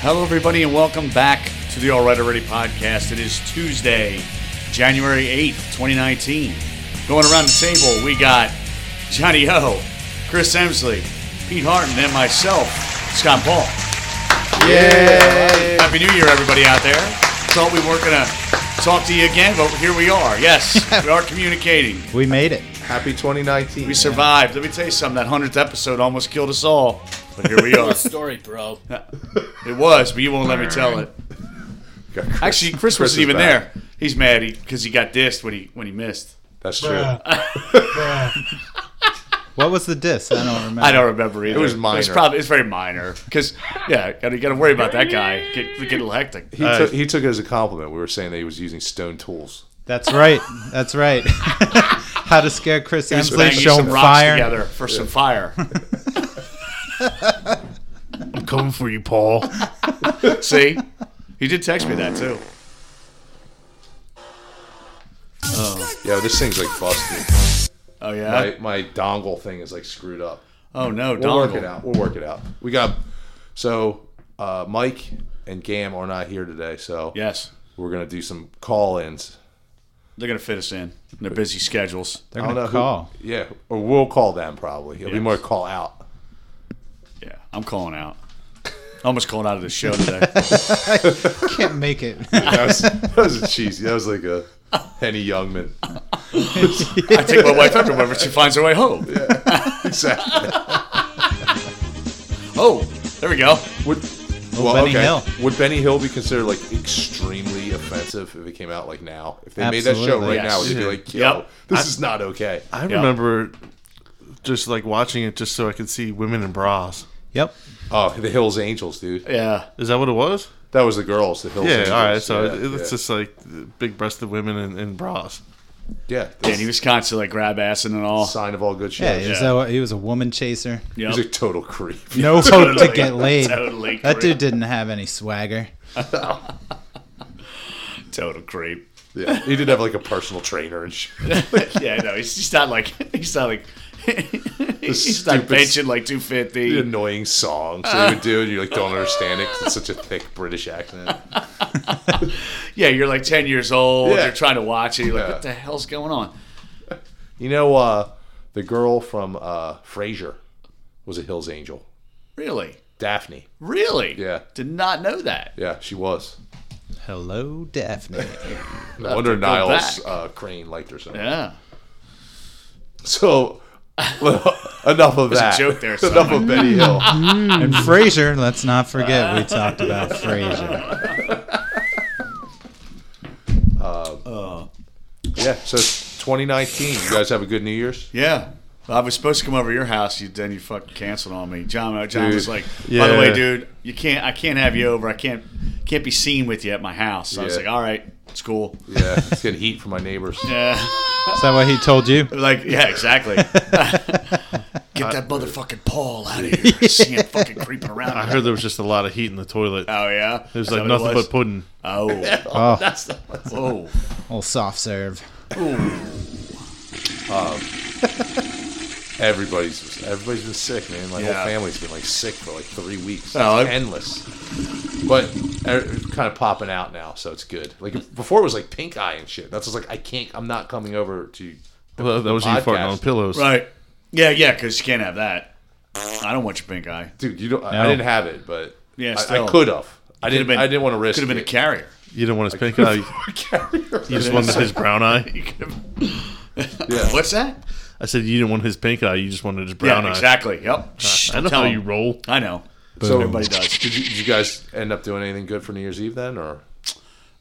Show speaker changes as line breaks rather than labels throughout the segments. Hello, everybody, and welcome back to the All Right Already podcast. It is Tuesday, January 8th, 2019. Going around the table, we got Johnny O, Chris Emsley, Pete Harton, and myself, Scott Paul.
Yay!
Happy New Year, everybody out there. Thought we weren't going to talk to you again, but here we are. Yes, we are communicating.
We made it. Happy 2019.
We survived. Let me tell you something that 100th episode almost killed us all, but here we are.
What story, bro?
It was, but you won't let me tell it.
Got Chris-
Actually, Chris, wasn't
is
even
back.
there. He's mad because he, got dissed when he when he missed.
That's true.
What was the diss? I don't remember.
I don't remember either.
was
But It's
minor.
probably it's very minor because yeah, gotta gotta worry about that guy. Get, get a little hectic.
He, took, he took it as a compliment. We were saying that he was using stone tools.
That's right. That's right. How to scare Chris Hemsley?
banging
Show
some
him
rocks
fire.
together for some fire.
I'm coming for you, Paul.
See, he did text me that too.
Yo, this thing's like busted.
Oh yeah.
My, my dongle thing is like screwed up.
Oh no,
We'll
dongle.
work it out. We'll work it out. We got so uh, Mike and Gam are not here today, so
Yes,
we're gonna do some call-ins.
they're gonna fit us in. in Their busy schedules.
They're
I don't know
gonna
who-
call.
yeah, or we'll call them probably. It'll be
Yes.
more call out.
Yeah, I'm calling out. Almost calling out of the show today.
Can't make it.
That was, that was a cheesy. That was like a Henny Youngman.
I take my wife everywhere, but she finds her way home.
Exactly.
Oh, there we go.
Would well,
Benny
okay.
Hill.
Would Benny Hill be considered like extremely offensive if it came out like now? If they made that show
Absolutely.
right
Yes.
now, they'd be like, "Yo,
Yep.
this is not okay."
I remember just like watching it just so I could see women in bras.
Yep.
Oh, the Hills Angels, dude.
Yeah.
Is that what it was?
That was the girls. The Hills.
Yeah,
Angels.
all right. So
yeah,
it, it's
yeah.
just like big breasted women in, in bras.
yeah.
Yeah, and he was constantly like grab assing and all.
sign of all good shows.
Yeah, he
He's
was, A, he was a woman chaser.
Yep.
a total creep.
No hope Oh, to get laid.
Totally
That
creep.
dude didn't have any swagger.
Total creep.
Yeah, he did have like a personal trainer and shit.
yeah, no, he's, he's not like he's not like he's not
stupid-
benching like two fifty.
The annoying songs that he would do, and you like don't understand it 'cause it's such a thick British accent.
Yeah, you're like ten years old.
Yeah.
You're trying to watch it. You're like,
Yeah.
what the hell's going on?
You know, uh, the girl from uh, Frasier was a Hills Angel.
Really,
Daphne.
really?
Yeah.
Did not know that.
Yeah, she was.
Hello, Daphne.
No wonder Niles
back.
uh, Crane liked her so. much.
Yeah.
So enough of that.
joke there,
enough of Benny Hill.
and Frasier. Let's not forget we talked about Frasier.
yeah. So 2019. You guys have a good New Year's.
Yeah. I was supposed to come over to your house, you then you fucking canceled on me. John, uh, John was
Dude.
like, "By the
Yeah.
way, dude, you can't, I can't have you over. I can't, can't be seen with you at my house." So I was
Yeah.
like, "All right, it's cool."
Yeah. It's getting heat from my neighbors.
Yeah,
Is that what he told you?
like yeah, exactly. Get that motherfucking Paul out of here. I see him fucking creeping around.
I heard there was just a lot of heat in the toilet.
Oh yeah,
There's
Is that
like
what it
nothing
was?
but pudding.
Oh,
Oh,
whoa.
little soft serve.
Everybody's everybody's been sick, man. My
Yeah.
whole family's been like sick for like three weeks. It's
Oh, I-
endless. But er, it's kind of popping out now, so it's good. Like before, it was like pink eye and shit. That's just like I can't. I'm not coming over to.
Well, that was you farting
Podcast.
on pillows.
Right. Yeah, yeah, because you can't have that. I don't want your pink eye.
Dude, you don't. I- I
No.
didn't have it, but
Yeah,
I,
still.
I could have. I
Could've
didn't. I didn't want to risk.
Could have been a
it.
carrier.
You didn't want his pink eye. You
carrier.
just wanted his brown eye.
You could've-
Yeah.
What's that?
I said you didn't want his pink eye. You just wanted his brown
yeah,
eye.
exactly. Yep. Shh,
Uh, I
don't
know
tell
how
him.
you roll.
I know.
So
Everybody does.
Did you, did you guys end up doing anything good for New Year's Eve then, or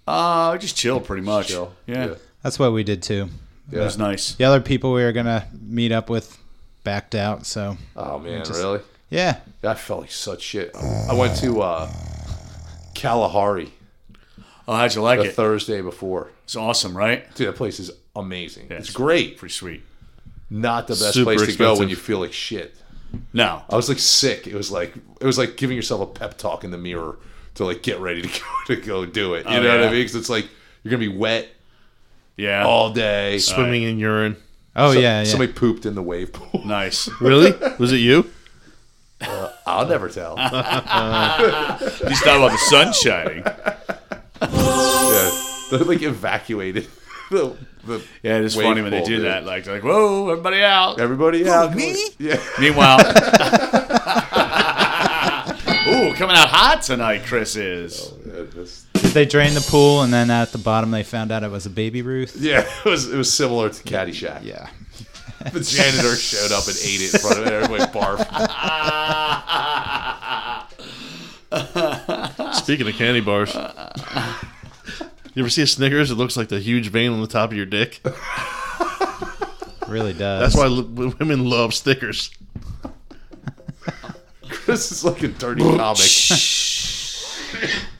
Uh, I just chill pretty much.
chill?
Yeah.
That's what we did too.
Yeah.
It was nice.
The other people we were gonna meet up with backed out. So
Oh man, really?
yeah,
Yeah, I felt like such shit. I went to uh, Kalahari
Oh, how'd you like
the
it?
Thursday before.
It's awesome, right?
Dude, that place is amazing. it's
it's
great.
Pretty sweet.
Not the best
Super
place to go when
expensive.
you feel like shit.
No.
I was like sick. It was like it was like giving yourself a pep talk in the mirror to like get ready to go to go do it. You
Oh,
know what
yeah.
I mean? Because it's like you're gonna be wet
Yeah.
all day.
Swimming in urine.
Oh yeah, yeah.
Somebody pooped in the wave pool.
nice.
Really? Was it you?
I'll never tell. yeah.
He's talking about the sun shining.
They like evacuated the, the
Yeah, it's
wave
funny when they
pool,
do
dude.
that. Like, like, whoa, everybody out.
Everybody out.
me?
Yeah.
Meanwhile, ooh, coming out hot tonight, Chris is.
That's-
Did they drain the pool and then at the bottom they found out it was a baby Ruth?
Yeah, it was it was similar to Caddyshack.
Yeah.
The janitor showed up and ate it in front of everybody. Barf.
Speaking of candy bars, you ever see a Snickers? It looks like the huge vein on the top of your dick.
Really does.
That's why l- women love Snickers.
This is like a dirty comic. it's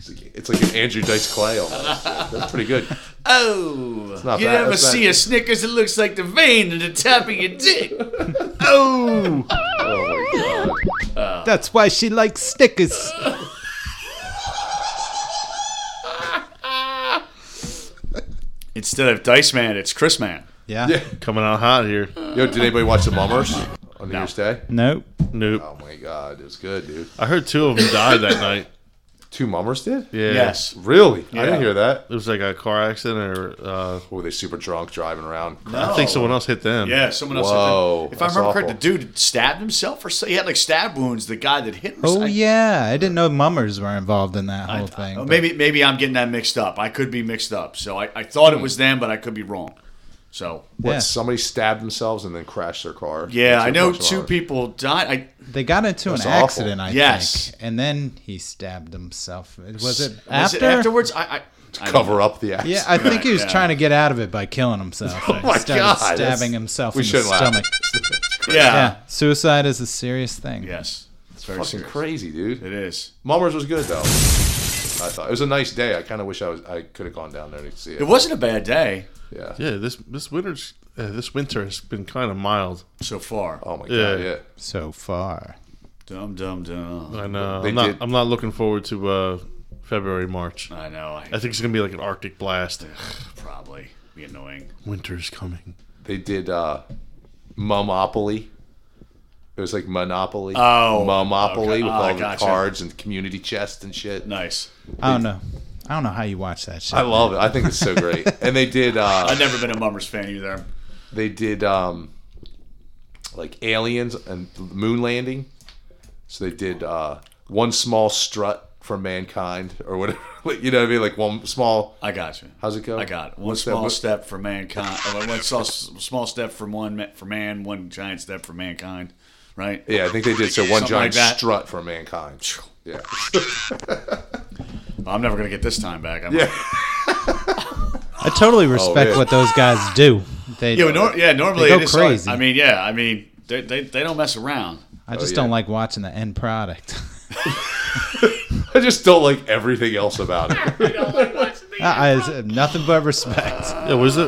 like- it's like an Andrew Dice Clay. Almost. That's pretty good.
Oh,
not
you
bad,
ever
that's not-
see a Snickers that looks like the vein in the top of your dick?
Oh,
Oh my god.
That's why she likes stickers.
Instead of Dice Man, it's Chris Man.
Yeah.
Yeah.
coming out hot here.
Yo, did anybody watch the Mummers on New
No.
Year's Day?
Nope.
Nope.
Oh my god, it was good, dude.
I heard two of them died that night.
Two Mummers did?
Yeah.
Yes.
Really? I
Yeah.
didn't hear that.
It was like a car accident, or uh,
Were they super drunk driving around?
I think someone else hit them.
Oh. Yeah, someone else.
Whoa,
if I
that's
remember
awful.
correct, the dude stabbed himself or so. He had like stab wounds. The guy that hit him. or
Oh
something.
yeah, I didn't know mummers were involved in that whole thing.
Oh,
but-
maybe maybe I'm getting that mixed up. I could be mixed up. So I, I thought
Hmm.
it was them, but I could be wrong. So
What,
Yeah.
somebody stabbed themselves and then crashed their car?
yeah, I know
Mummers.
two people died. I
They got into an
That's awful.
accident, I
Yes.
think, and then he stabbed himself. Was it
was
after?
it afterwards. I, I, I
Cover up the accident.
Yeah, I think he was
yeah.
trying to get out of it by killing himself. oh
my
started
God, that's-
stabbing himself
we
in the
shouldn't laugh.
stomach.
Yeah.
Yeah, suicide is a serious thing.
Yes. It's very
Fucking
serious.
crazy, dude.
It is.
Mummers was good though. I thought it was a nice day. I kind of wish I was I could have gone down there to see it.
It wasn't a bad day
Yeah.
Yeah, this this winter's uh, this winter has been kind of mild.
so far.
Oh my
Yeah.
god. Yeah.
So far,
Dum dum dum.
I know.
They
uh, I'm not.
did-
I'm not looking forward to uh, February, March.
I know. I,
I think it's gonna be like an Arctic blast.
probably be annoying.
Winter's coming.
They did uh Mumopoly. It was like Monopoly.
Oh,
Mumopoly
okay.
with
Oh,
all
gotcha.
the cards and community chest and shit.
Nice.
I don't know. I don't know how you watch that shit.
I love it. I think it's so great. and they did uh
I've never been a Mummers fan either.
they did um like aliens and moon landing. So they did uh one small strut for mankind or whatever. you know what I mean? Like one small
I got you.
How's it go?
I got it. one
What's that
small
book?
step for mankind. uh, one small, small step from one ma- for man, one giant step for mankind. Right?
Yeah, I think they did. So
Something
one
like
giant
that.
strut for mankind. Yeah,
I'm never gonna get this time back. I'm
yeah.
I totally respect
Oh, yeah.
what those guys do. They,
Yeah, nor- yeah. Normally,
They go
it is hard.
crazy.
I mean, yeah. I mean, they, they, they don't mess around.
I just
Oh, yeah.
don't like watching the end product.
I just don't like everything else about it.
I, I- nothing but respect.
Yeah, was it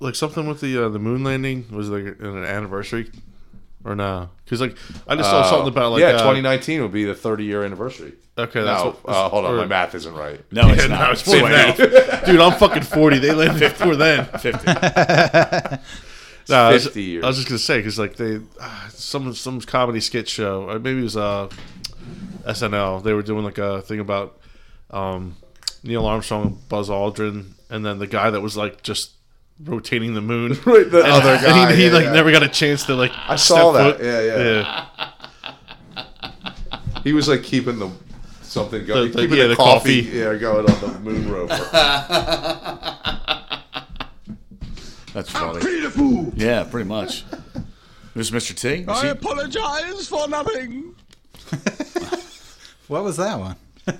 like something with the uh, the moon landing? Was it like an anniversary or no? Because like I just saw something about like
yeah,
uh,
2019 would be the 30 year anniversary.
Okay, that's
No,
what,
uh, hold on,
or-
my math isn't right.
No, it's not.
No,
it's
it's more than
way-
that. dude. I'm fucking forty. They landed before then.
50.
Nah, I was-
50 years.
I was just gonna say because like they, uh, some some comedy skit show, or maybe it was uh, SNL. They were doing like a thing about um, Neil Armstrong, and Buzz Aldrin, and then the guy that was like just rotating the moon.
Right, the
And-
other
and
guy,
he, he
yeah,
like
yeah.
never got a chance to like. I
saw that, yeah, yeah. He was like keeping the something going,
The- the-
keeping
yeah,
the,
the
coffee,
coffee.
yeah, going on the moon rover.
That's funny. Yeah, pretty much. Who's Mr. T? Was he-
apologize for nothing.
What was that one?
Here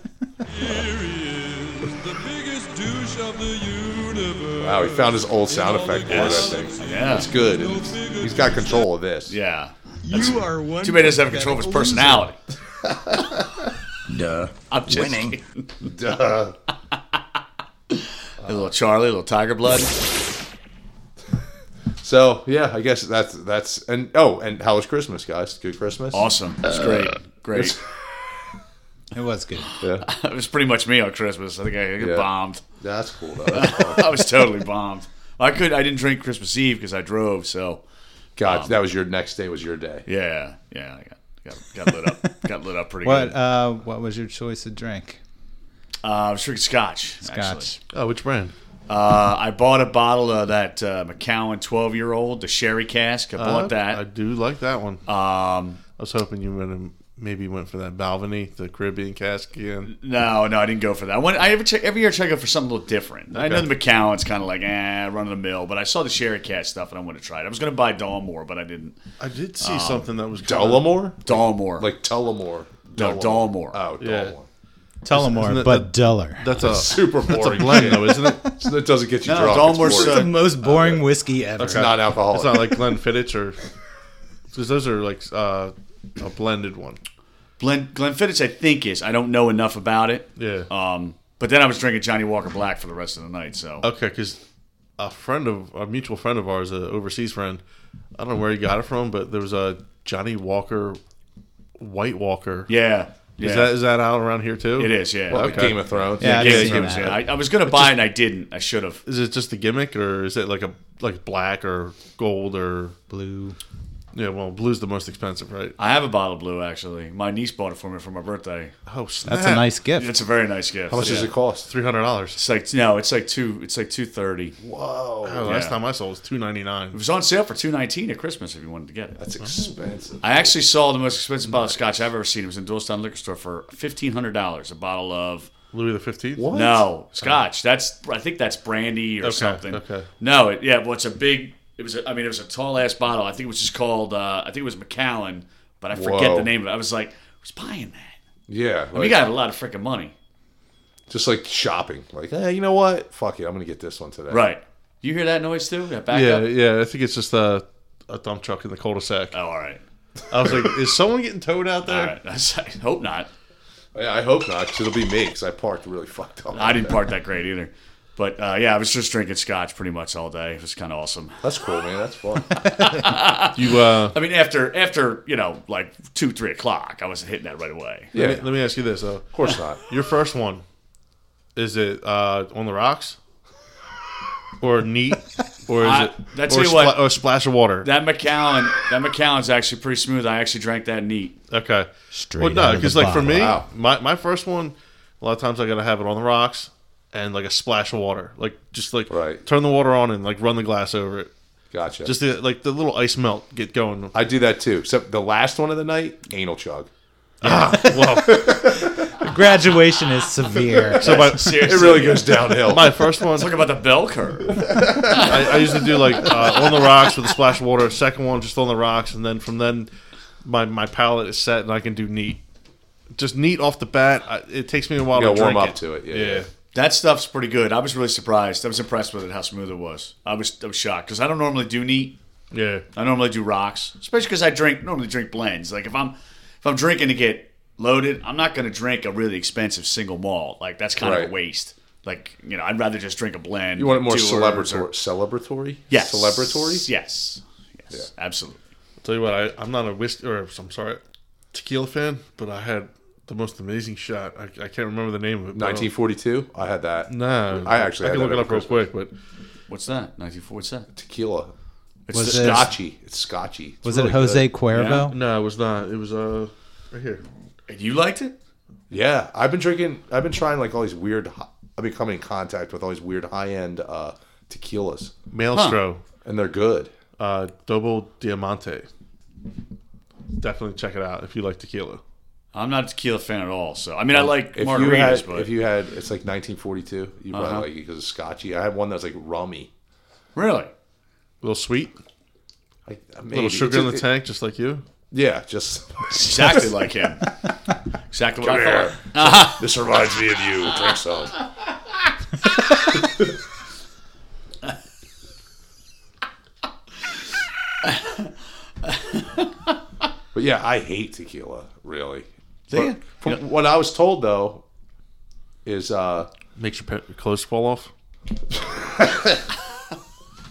he is, the biggest douche of the universe.
wow, Oh, he found his old sound effect board. I think
yeah.
it's good. and it's- he's got control of this.
Yeah.
You are one.
Too bad he doesn't have control of his personality.
Duh.
I'm just
Winning.
kidding.
Duh.
A little Charlie, a little Tiger Blood.
So yeah, I guess that's that's and oh, and how was Christmas, guys? Good Christmas.
Awesome. It's great. Great.
It was good.
Yeah,
It was pretty much me on Christmas. I think I got
Yeah.
bombed.
that's cool though. That's cool.
I was totally bombed. I could. I didn't drink Christmas Eve because I drove. So
God, that was your next day. Was your day.
yeah, yeah. I got got, got lit up. got lit up pretty
What
good.
uh, what was your choice of drink?
Uh, I was drinking scotch. actually.
Scotch.
Oh, which brand?
Uh, I bought a bottle of that uh, McCowan 12 year old, the sherry cask. I bought
Uh-huh. Uh, I
that.
do like that one.
um,
I was hoping you would have maybe went for that Balvenie, the Caribbean cask again.
No, no, I didn't go for that. When, I every, check, every year I check out for something a little different. I know
Okay.
the McCowan's kind of like eh, run of the mill, but I saw the Sherry Cat stuff and I wanted to try it. I was going to buy Dalmore, but I didn't.
I did see
Um,
something that was kinda-
Dollamore?
Dalmore,
Like Tullamore.
no, Dalmore.
Oh, Dollamore.
Yeah.
Tullamore,
Isn't it
but duller.
That's a
Super boring.
that's a blend though, isn't it?
So that doesn't get you
No,
drunk.
Dolmore's,
it's
uh,
boring.
the most boring whiskey ever.
It's not alcoholic.
It's not like Glenfiddich or because those are like uh, a blended one.
Glen Glenfiddich, I think is. I don't know enough about it.
Yeah.
Um, but then I was drinking Johnny Walker Black for the rest of the night. So
Okay, because a friend of a mutual friend of ours, an overseas friend, I don't know where he got it from, but there was a Johnny Walker, White Walker.
yeah, yeah,
Is that is that out around here too?
it is. Yeah,
Well,
Okay.
Game of Thrones.
Yeah,
yeah,
I didn't
it
see
was,
that.
yeah. I, I was going to buy it and I didn't. I should have.
Is it just the gimmick, or is it like a like black or gold or
Blue.
yeah? Well, blue's the most expensive, right?
I have a bottle of blue actually. My niece bought it for me for my birthday.
Oh, snap.
That's a nice gift.
It's a very nice gift.
How much does it cost?
three hundred dollars.
It's like no, it's like two. It's like two thirty.
Whoa.
Oh, last
Yeah.
time I saw it was two ninety
It
nine.
was on sale for two nineteen at Christmas if you wanted to get it.
That's expensive.
I actually saw the most expensive bottle of scotch I've ever seen. It was in Doylestown Liquor Store for fifteen hundred dollars. A bottle of
Louis the Fifteenth.
What?
no scotch. That's I think that's brandy or something.
okay.
No, it, yeah, well, it's a big. It was. A, I mean, it was a tall ass bottle. I think it was just called. Uh, I think it was McAllen, but I forget
Whoa.
the name of it. I was like, who's buying that?
Yeah.
We
Like,
got a lot of freaking money,
just like shopping. Like, hey, you know what? Fuck it. I'm going to get this one today.
right? You hear that noise too? That backup.
Yeah, yeah. I think it's just a, a dump truck in the cul-de-sac.
Oh, all right.
I was like, is someone getting towed out
All
there?
right. I was like, hope not.
Yeah, I hope not, 'cause it'll be me, because I parked really fucked up.
I didn't park that great either. But uh, yeah, I was just drinking scotch pretty much all day. It was kind of awesome.
That's cool, man. That's fun.
You uh,
I mean, after after you know like two three o'clock, I wasn't hitting that right away.
Yeah.
let, me, let me ask you this though.
Of course not.
Your first one, is it uh, on the rocks, or neat, or is
I-
it
I tell
or,
you what-
or a splash of water?
That McAllen, that McAllen's actually pretty smooth. I actually drank that neat.
okay.
Straight
well, no,
out of the
because like for
bottle.
me,
Wow.
my my first one, a lot of times I gotta have it on the rocks and like a splash of water, like just like
Right.
turn the water on and like run the glass over it,
Gotcha.
just the, like the little ice melt get going.
I do that too. Except the last one of the night, anal chug.
Well,
Graduation is severe.
so my,
Seriously,
It really goes downhill.
my first one,
talk about the bell curve.
I, I usually do like uh, on the rocks with a splash of water. Second one just on the rocks, and then from then my my palate is set, and I can do neat. Just neat off the bat. I, it takes me a while
You
to
gotta warm
drink
up
it.
to it. Yeah.
Yeah.
yeah.
That stuff's pretty good. I was really surprised. I was impressed with it how smooth it was. I was I was shocked because I don't normally do neat.
yeah,
I normally do rocks, especially because I drink normally drink blends. Like if I'm if I'm drinking to get loaded, I'm not going to drink a really expensive single malt. Like that's kind of
Right.
a waste. Like you know, I'd rather just drink a blend.
You want it more
two herbs
celebratory?
or-
Celebratory?
Yes.
Celebratory?
Yes. Yes. Absolutely.
Tell you what, I, I'm not a whiskey or I'm sorry, tequila fan, but I had the most amazing shot. I, I can't remember the name of it. but-
1942. I had that.
No,
I actually
I
had
can look
that
it up
every
real quick, but
What's that? 1940. What's that?
Tequila.
It's
Was
the
it-
Scotch.
Scotchy. It's scotchy. It's
Was
really
it Jose
good.
Cuervo?
no, it was not. It was uh right here.
You liked it?
Yeah, I've been drinking. I've been trying like all these weird. hi- I've been coming in contact with all these weird high end uh, tequilas,
Maelstro,
and they're good.
uh, Double Diamante. Definitely check it out if you like tequila.
I'm not a tequila fan at all. So I mean, I like
If
margaritas,
you had,
but
if you had, it's like 1942. You probably like it because it's scotchy. I had one that's like rummy.
really,
A little sweet,
Like,
a little sugar in the
tank.
tank, just like you.
Yeah, just
exactly like him. Exactly what I thought.
this reminds me of you. Drink some. but yeah, I hate tequila. Really,
Do
But
you?
from what I was told though, is uh,
Makes your, pe- your clothes fall off.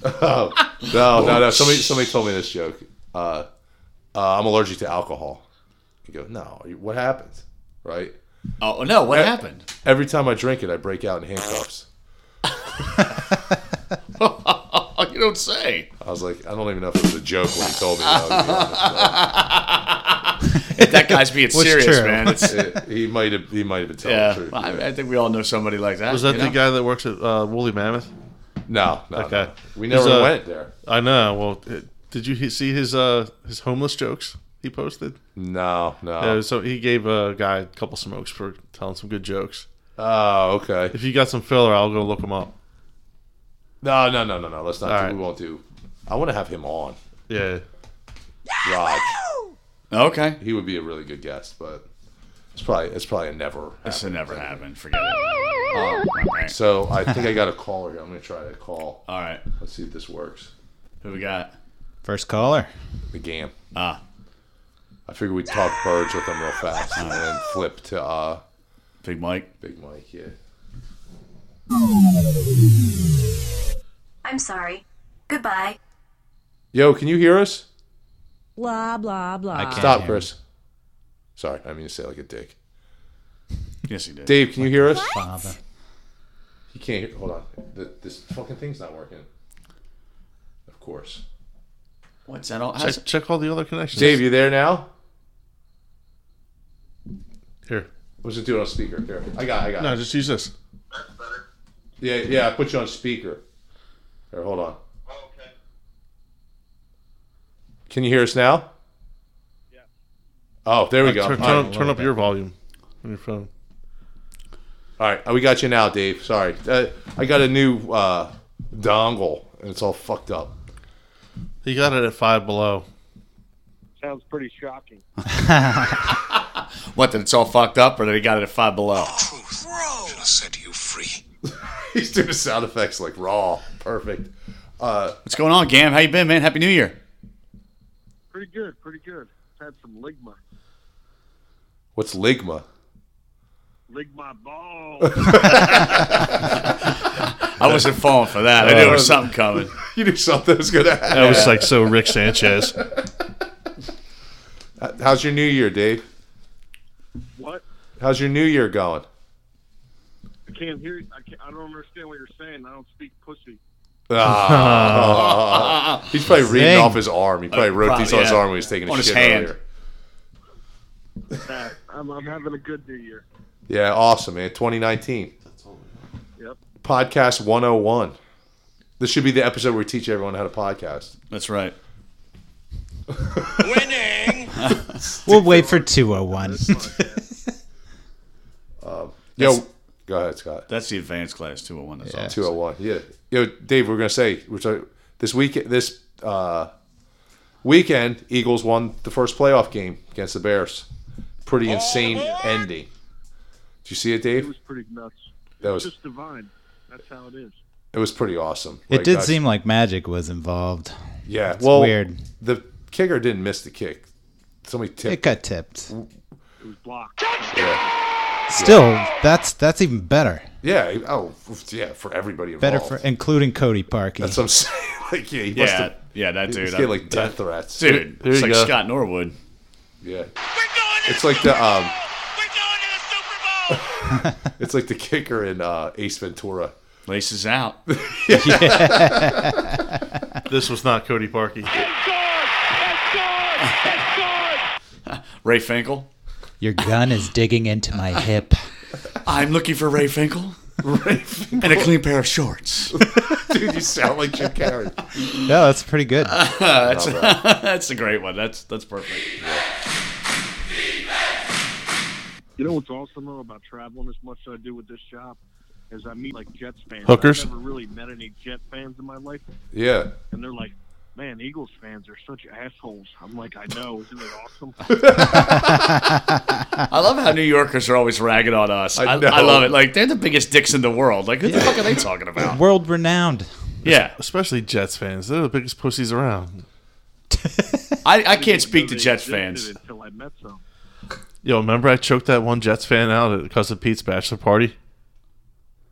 no, no, no. Somebody, somebody told me this joke. Uh, uh, I'm allergic to alcohol. You go, no. What happens? Right.
Oh no, what happened?
Every time I drink it, I break out in handcuffs.
Oh, you don't say.
I was like, I don't even know if it was a joke when he told me. That, to be honest.
That guy guy's being
Was
serious,
true.
man. It's,
Uh, he might have. He might have been telling
yeah,
the truth.
Well, I, I think we all know somebody like that.
Was that
you
the
know?
guy that works at uh, Woolly Mammoth?
No, no.
Okay.
no. We
There's
never
a-
went there.
I know. Well, it- did you he- see his uh, his homeless jokes he posted?
No, no.
Uh, so he gave a guy a couple smokes for telling some good jokes.
oh, okay.
If you got some filler, I'll go look him up.
No, no, no, no, no. Let's not.
All
do,
right.
We won't do. I want to have him on.
Yeah.
Raj.
Okay.
He would be a really good guest, but it's probably it's probably a never.
This will
happen.
never happen. Forget it. Oh,
Um,
Okay.
so I think I got a caller here. I'm gonna try to call.
All right.
Let's see if this works.
Who we got?
First caller.
The game.
Ah.
I figured we'd talk birds with him real fast
Ah.
and then flip to uh,
Big Mike.
Big Mike here.
I'm sorry. Goodbye.
Yo, can you hear us?
Blah blah blah.
I can't
Stop,
hear
Chris. Sorry, I mean to say like a dick.
Yes, he did.
Dave, can you hear us?
you, Father.
He can't hear. Hold on. The, this fucking thing's not working. Of course.
What's that all? how's-
Check, check all the other connections.
Dave, you there now?
Here.
What's it doing on speaker? Here, I got. I got.
No, just use this.
Yeah, yeah. I put you on speaker. Here, hold on.
Oh, Okay.
Can you hear us now?
Yeah.
Oh, there we go.
Turn,
All
turn,
right.
turn up your volume on your phone.
All right, we got you now, Dave. Sorry, uh, I got a new uh, dongle and it's all fucked up.
He got it at five below.
Sounds pretty shocking.
What? That it's all fucked up, or that he got it at five below?
He's doing sound effects like raw, perfect. Uh,
What's going on, Gam? How you been, man? Happy New Year.
Pretty good, pretty good. Had some ligma.
what's ligma?
Lig my balls.
I wasn't falling for that. I knew there was
Uh,
something coming.
You knew something was gonna happen.
That was like so Rick Sanchez.
Uh, How's your New Year, Dave?
what?
How's your New Year going?
I can't hear. I, can't, I don't understand what you're saying. I don't speak pussy.
Ah. he's probably reading
Zing.
off his arm. He probably wrote
probably,
these on his
yeah.
arm when he was taking a
On his
shit
hand.
earlier.
Nah, Uh, I'm, I'm having a good New Year.
Yeah, awesome, man. 2019.
Yep.
Podcast 101. This should be the episode where we teach everyone how to podcast.
That's right.
We'll wait for 201.
Yo, go ahead, Scott.
That's the advanced class 201. That's all.
Yeah.
201. Yeah. Yo, Dave, we're gonna say we're talking, this week this uh, weekend Eagles won the first playoff game against the Bears. Pretty insane ending. Did you see it,
Oh, It
Dave?
was pretty nuts.
That was
Just divine. That's how it is.
it was pretty awesome.
It
Like,
did
that's-
seem like magic was involved.
yeah. well,
weird.
The kicker didn't miss the kick. Somebody
It
tipped.
got tipped.
It was blocked.
yeah.
Still, that's that's even better.
yeah. Oh, yeah. For everybody involved.
Better for including Cody Parkey.
That's what I'm saying. Like, yeah, he must
Yeah,
have.
yeah, that
Dude,
dude.
he's
I-
getting like death threats.
dude,
There
it's
you
like
go.
Scott Norwood.
Yeah. It's like the um. It's like the kicker in uh, Ace Ventura.
Laces out.
This was not Cody Parkey.
Ray Finkel.
Your gun is digging into my hip.
I'm looking for Ray Finkel
Dude,
and a clean pair of shorts.
you sound like Jim Carrey.
No, that's pretty good.
that's a great one. That's that's perfect.
You know what's awesome though about traveling as much as I do with this job is I meet like Jets fans.
Hookers?
I've never really met any Jet fans in my life,
Yeah.
and they're like, "Man, Eagles fans are such assholes." I'm like, "I know, isn't it awesome?"
I love how New Yorkers are always ragging on us. I,
I
I,
know.
love it. Like they're the biggest dicks in the world. Like who the fuck are they talking about?
World renowned.
Yeah,
Especially Jets fans. They're the biggest pussies around.
I, I can't speak to
They
Jets
existed
fans.
Until I met some.
Yo, remember I choked that one Jets fan out because of Pete's bachelor party?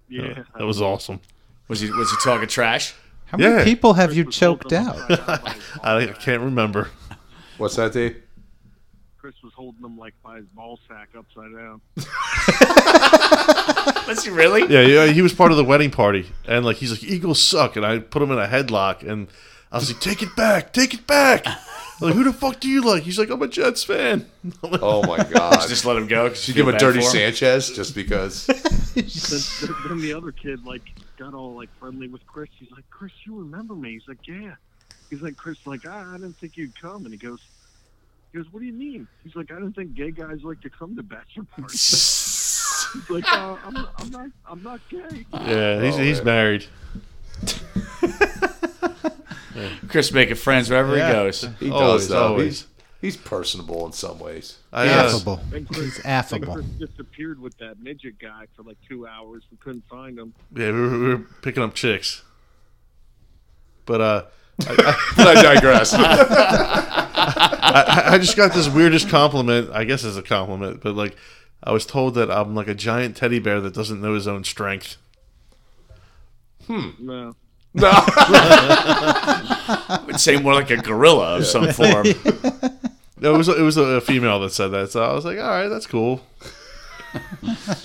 Yeah,
That was awesome.
Was he was he talking trash?
How many
Yeah.
people have you choked out?
I, I can't remember.
What's that, Dave?
Chris was holding him like by his ball sack upside down.
Was he really?
Yeah, yeah, he was part of the wedding party, and like he's like Eagles suck, and I put him in a headlock, and I was like, take it back, take it back. like, who the fuck do you like? He's like, I'm a Jets fan. I'm like,
Oh my god!
Just let him go. 'cause
She
you
give
feel
him a
bad
dirty
for him?
Sanchez just because.
then, then the other kid like got all like friendly with Chris. He's like, Chris, you remember me? He's like, yeah. He's like, Chris, like ah, I didn't think you'd come. And he goes, he goes, what do you mean? He's like, I didn't think gay guys like to come to bachelor parties. He's like, uh, I'm, I'm not, I'm not gay.
yeah, he's, he's married.
Chris making friends wherever
Yeah.
he goes.
He
Always,
does though.
always.
He's, he's personable in some ways.
I, uh,
affable.
And Chris,
He's
and
affable.
Chris disappeared with that midget guy for like two hours. We couldn't find him.
yeah, we were, we were picking up chicks. But uh,
I digress.
I, I just got this weirdest compliment. I guess it's a compliment, but like, I was told that I'm like a giant teddy bear that doesn't know his own strength.
No.
I'd say more like a gorilla of some form.
No, it was it was a female that said that, so I was like, all right, that's cool.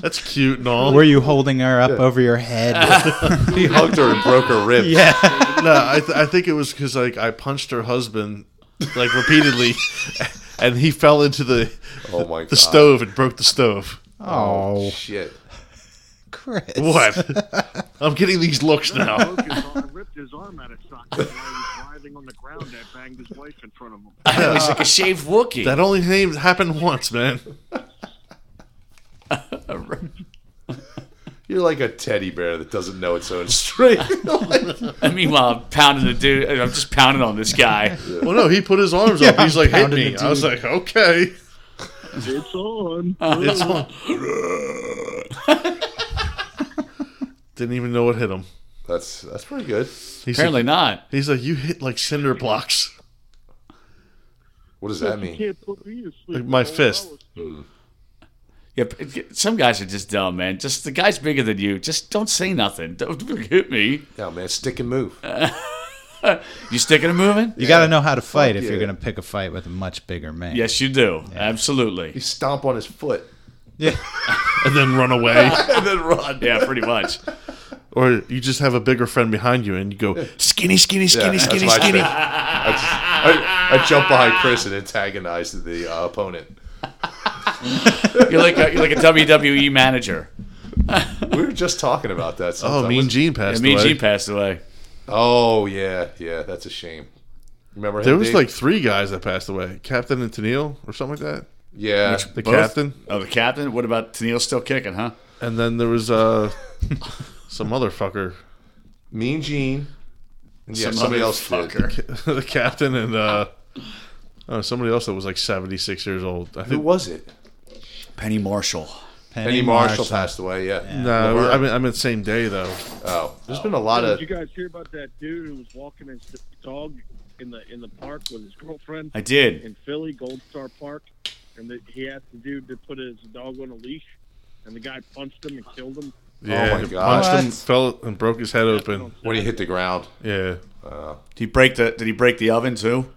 that's cute and all.
Were you holding her up over your head?
he hugged her and broke her ribs.
yeah.
no, I, th- I think it was because like I punched her husband like repeatedly, and he fell into the
Oh my god.
the stove and broke the stove.
Oh,
Shit.
Chris.
What? I'm getting these looks now.
Broke his arm- I ripped his arm out of socket while he was writhing on the ground. I banged his wife in front of him.
He's like a shaved Wookiee.
That only name happened once, man.
You're like a teddy bear that doesn't know its own strength.
And meanwhile, I'm pounding the dude. I'm just pounding on this guy.
Well, no, he put his arms up. He's like, hit
pounding
me.
the
I was like, okay.
It's on.
It's on. Didn't even know what hit him.
that's that's pretty good.
He's
Apparently
like,
not.
he's like, you hit like cinder blocks.
What does that mean?
Can't put me to sleep.
Like my
for a
fist.
while.
Yep. Some guys are just dumb, man. Just the guy's bigger than you. Just don't say nothing. Don't hit me.
Yeah, man, stick and move.
Uh, You sticking and moving?
You got to know how to fight if
yeah.
you're going to pick a fight with a much bigger man.
Yes, you do. Absolutely.
You stomp on his foot.
Yeah.
and then run away.
and then run. Yeah, pretty much.
or you just have a bigger friend behind you and you go, skinny, skinny, skinny,
that's
skinny,
my
skinny.
trick. I, just- I- I jump behind Chris and antagonize the uh, opponent.
You're like a, you're like a WWE manager.
We were just talking about that.
Oh,
sometime.
Mean
Was-
Gene
And
passed
me and
away.
Gene passed away.
Oh yeah, yeah. That's a shame. Remember him?
there was
Dave?
like three guys that passed away. Captain and Tennille or something like that.
yeah.
The
Both?
captain.
Oh, the captain. What about Tennille's still kicking, huh?
And then there was uh, some motherfucker.
Mean Gene. And yeah,
Some
somebody
other
else
fucker.
did.
the captain and uh, oh, somebody else that was like 76 years old. I
Who
think.
was it?
Penny Marshall.
Penny Marshall, passed away. Yeah.
No, I mean, I meant same day though.
Oh, there's been a lot
Did
of
you guys hear about that dude who was walking his dog in the in the park with his girlfriend
I did.
in Philly, Gold Star Park, and that he asked the dude to put his dog on a leash, and the guy punched him and killed him.
Yeah,
my
he
God.
punched him,
What?
fell and broke his head open.
when he hit the ground.
Yeah,
Did he break the Did he break the oven too?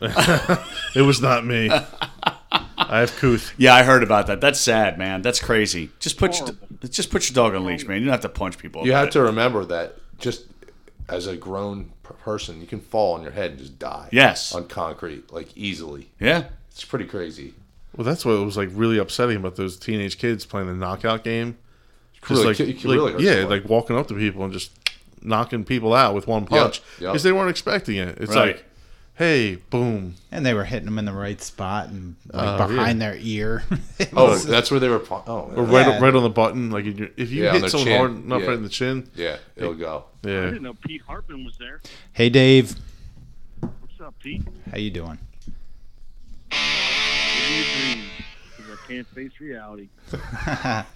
it was not me. I have Kuth.
Yeah, I heard about that. That's sad, man. That's crazy. Just put your,
Horrible.
just put your dog on a leash, man. You don't have to punch people.
You have to remember that just as a grown p- person, you can fall on your head and just die.
Yes.
On concrete, like easily.
Yeah.
It's pretty crazy.
Well, that's what was like really upsetting about those teenage kids playing the knockout game. Just
Really,
like,
you can
like-
really hurt
yeah,
someone.
like walking up to people and just knocking people out with one punch because
yeah.
they weren't expecting it. It's
Right.
like, hey, boom.
And they were hitting them in the right spot and like,
Oh, yeah.
behind their ear.
Oh, that's where they were. pu- Oh, yeah.
Right,
Yeah.
right on the button. Like if you- if you
Yeah, on
hit
the
someone
chin.
hard enough
Yeah.
right in the chin,
yeah, it'll go.
I
yeah.
didn't know Pete Hartman was there.
hey, Dave.
What's up, Pete?
How you doing?
Give me a dream, 'cause I can't face reality.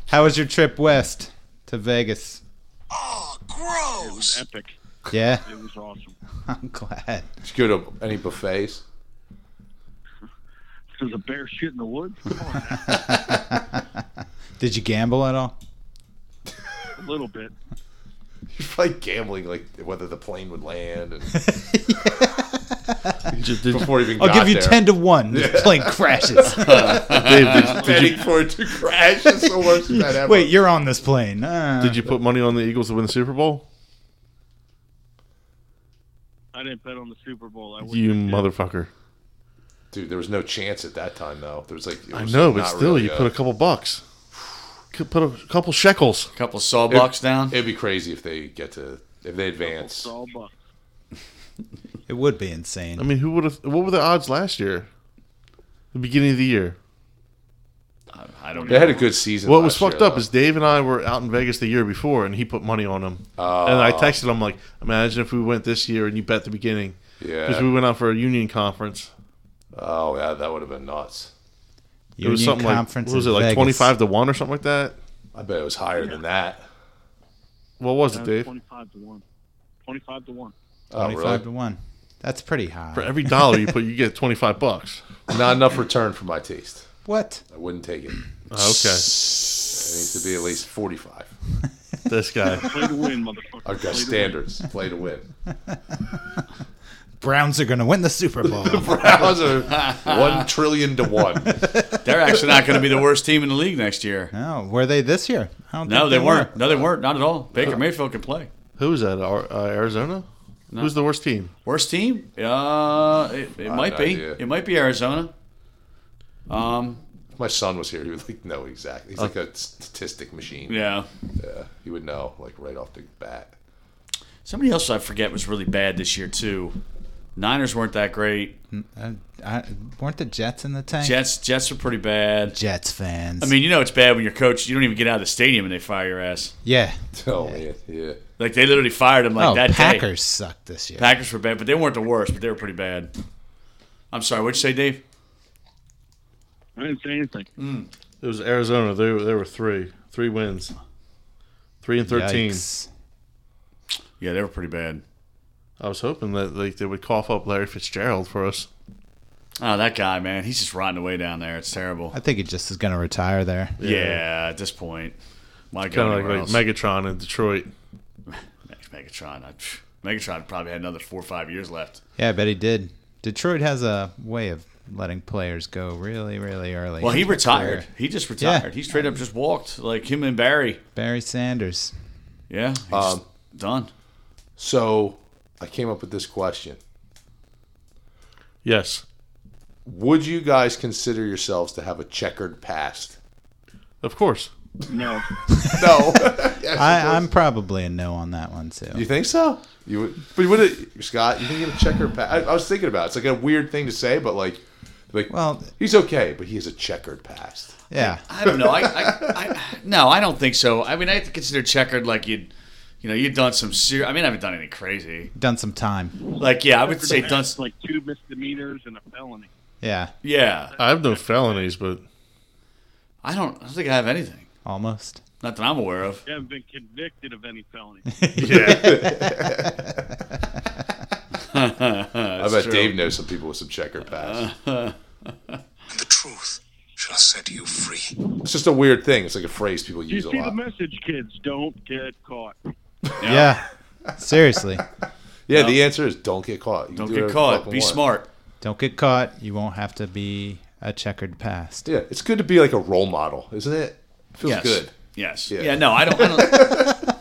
How was your trip west to Vegas?
It was epic.
Yeah,
It was awesome.
I'm glad.
Did you go to any buffets?
There's a bear shit in the woods. Come on, man.
Did you gamble at all?
a little bit.
You're probably gambling, like whether the plane would land and before you even
I'll
got
give you
there.
ten to one. This plane crashes.
Dave, did,
Betting for it to crash is the worst bet ever.
Wait, you're on this plane. Uh,
did you put money on the Eagles to win the Super Bowl?
I didn't bet on the Super Bowl. I
You
wouldn't have.
motherfucker.
Dude, there was no chance at that time though. There was like it
I
was
know, but
not
still,
really
you put a couple bucks, Could put a couple shekels.
A couple sawbucks down.
It'd be crazy if they get to if they advance.
It's all bucks.
It would be
I
insane.
mean, who would have? What were the odds last year? The beginning of the year.
I don't
They
know.
had a good season.
What was
last year,
fucked up
though.
is Dave and I were out in Vegas the year before, and he put money on him.
Oh.
and I texted him like, "Imagine if we went this year and you bet the beginning."
Yeah.
Because we went out for a union conference.
oh yeah, that would have been nuts.
it was something like what was it
in
like
Vegas.
twenty five to one or something like that?
I bet it was higher than that.
What was it,
That's
Dave?
25 to 1. 25 to 1.
Oh,
25
really?
to 1. That's pretty high.
For every dollar you put, you get twenty five bucks.
Not enough return for my taste.
what?
I wouldn't take it. It
Oh, okay,
needs to be at least forty-five.
this guy.
Play to win, motherfucker.
I've got
Play to
standards. Play to win.
Browns are going to win the Super Bowl.
Browns are one trillion to one.
They're actually not going to be the worst team in the league next year.
no, were they this year? I don't
No,
think
they
were.
weren't. No, they weren't. Not at all. Baker Mayfield can play.
Who was that? Ar- uh, Arizona. Who's the worst team?
Worst team? Uh, it, it might
no
be.
idea.
It might be Arizona. Um,
My son was here. He would like know exactly. He's like a statistic machine.
yeah.
Yeah, he would know like right off the bat.
Somebody else I forget was really bad this year too. Niners weren't that great.
Uh, I, weren't the Jets in the tank?
Jets Jets were pretty bad.
Jets fans.
I mean, you know it's bad when your coach you don't even get out of the stadium and they fire your ass.
yeah.
Oh man, yeah.
Like they literally fired him like
oh,
that day.
Packers sucked this year.
Packers were bad, but they weren't the worst. But they were pretty bad. I'm sorry. What'd you say, Dave?
win. I didn't say anything.
It was Arizona. There, were- there were three, three wins, three and thirteen.
Yikes.
Yeah, they were pretty bad.
I was hoping that like they would cough up Larry Fitzgerald for us.
Oh, that guy, man, he's just rotting away down there. It's terrible.
I think he just is going to retire there.
Yeah, at this point, my
Kind
God,
of like, like Megatron in Detroit.
Megatron. I, pff, Megatron probably had another four or five years left.
Yeah, I bet he did. Detroit has a way of letting players go really, really early.
Well, he
in their
retired.
career.
He just retired. He straight up just walked like him and Barry.
Barry Sanders.
Yeah, he's
Um,
done.
So I came up with this question:
Yes,
Would you guys consider yourselves to have a checkered past?
of course.
No.
No.
I, I'm probably a no on that one too.
You think so? You would, but you would Scott? You think you have a checkered past? I, I was thinking about it. it's like a weird thing to say, but like, like
Well,
he's okay, but he has a checkered past.
yeah,
I don't know. I, I, I no, I don't think so. I mean, I consider checkered like you'd, you know, you'd done some serious. I mean, I haven't done anything crazy.
done some time.
Like, yeah, I would say done.
That's like two misdemeanors and a felony.
Yeah,
Yeah,
I have no felonies, but
I don't. I don't think I have anything.
almost.
Not that I'm aware of.
You haven't been convicted of any felony.
I bet Dave knows some people with some checkered past.
The truth shall set you free.
It's just a weird thing. It's like a phrase people
you
use a
see the
lot.
message, kids? Don't get caught.
Yeah, seriously,
Yeah, the answer is don't get caught. You
Don't
can do
get
whatever the
caught.
fuck
Be
you want.
smart.
don't get caught. You won't have to be a checkered past.
Yeah, it's good to be like a role model, isn't it? Feels
Yes.
good.
Yes.
Yeah.
Yeah. No, I don't. I don't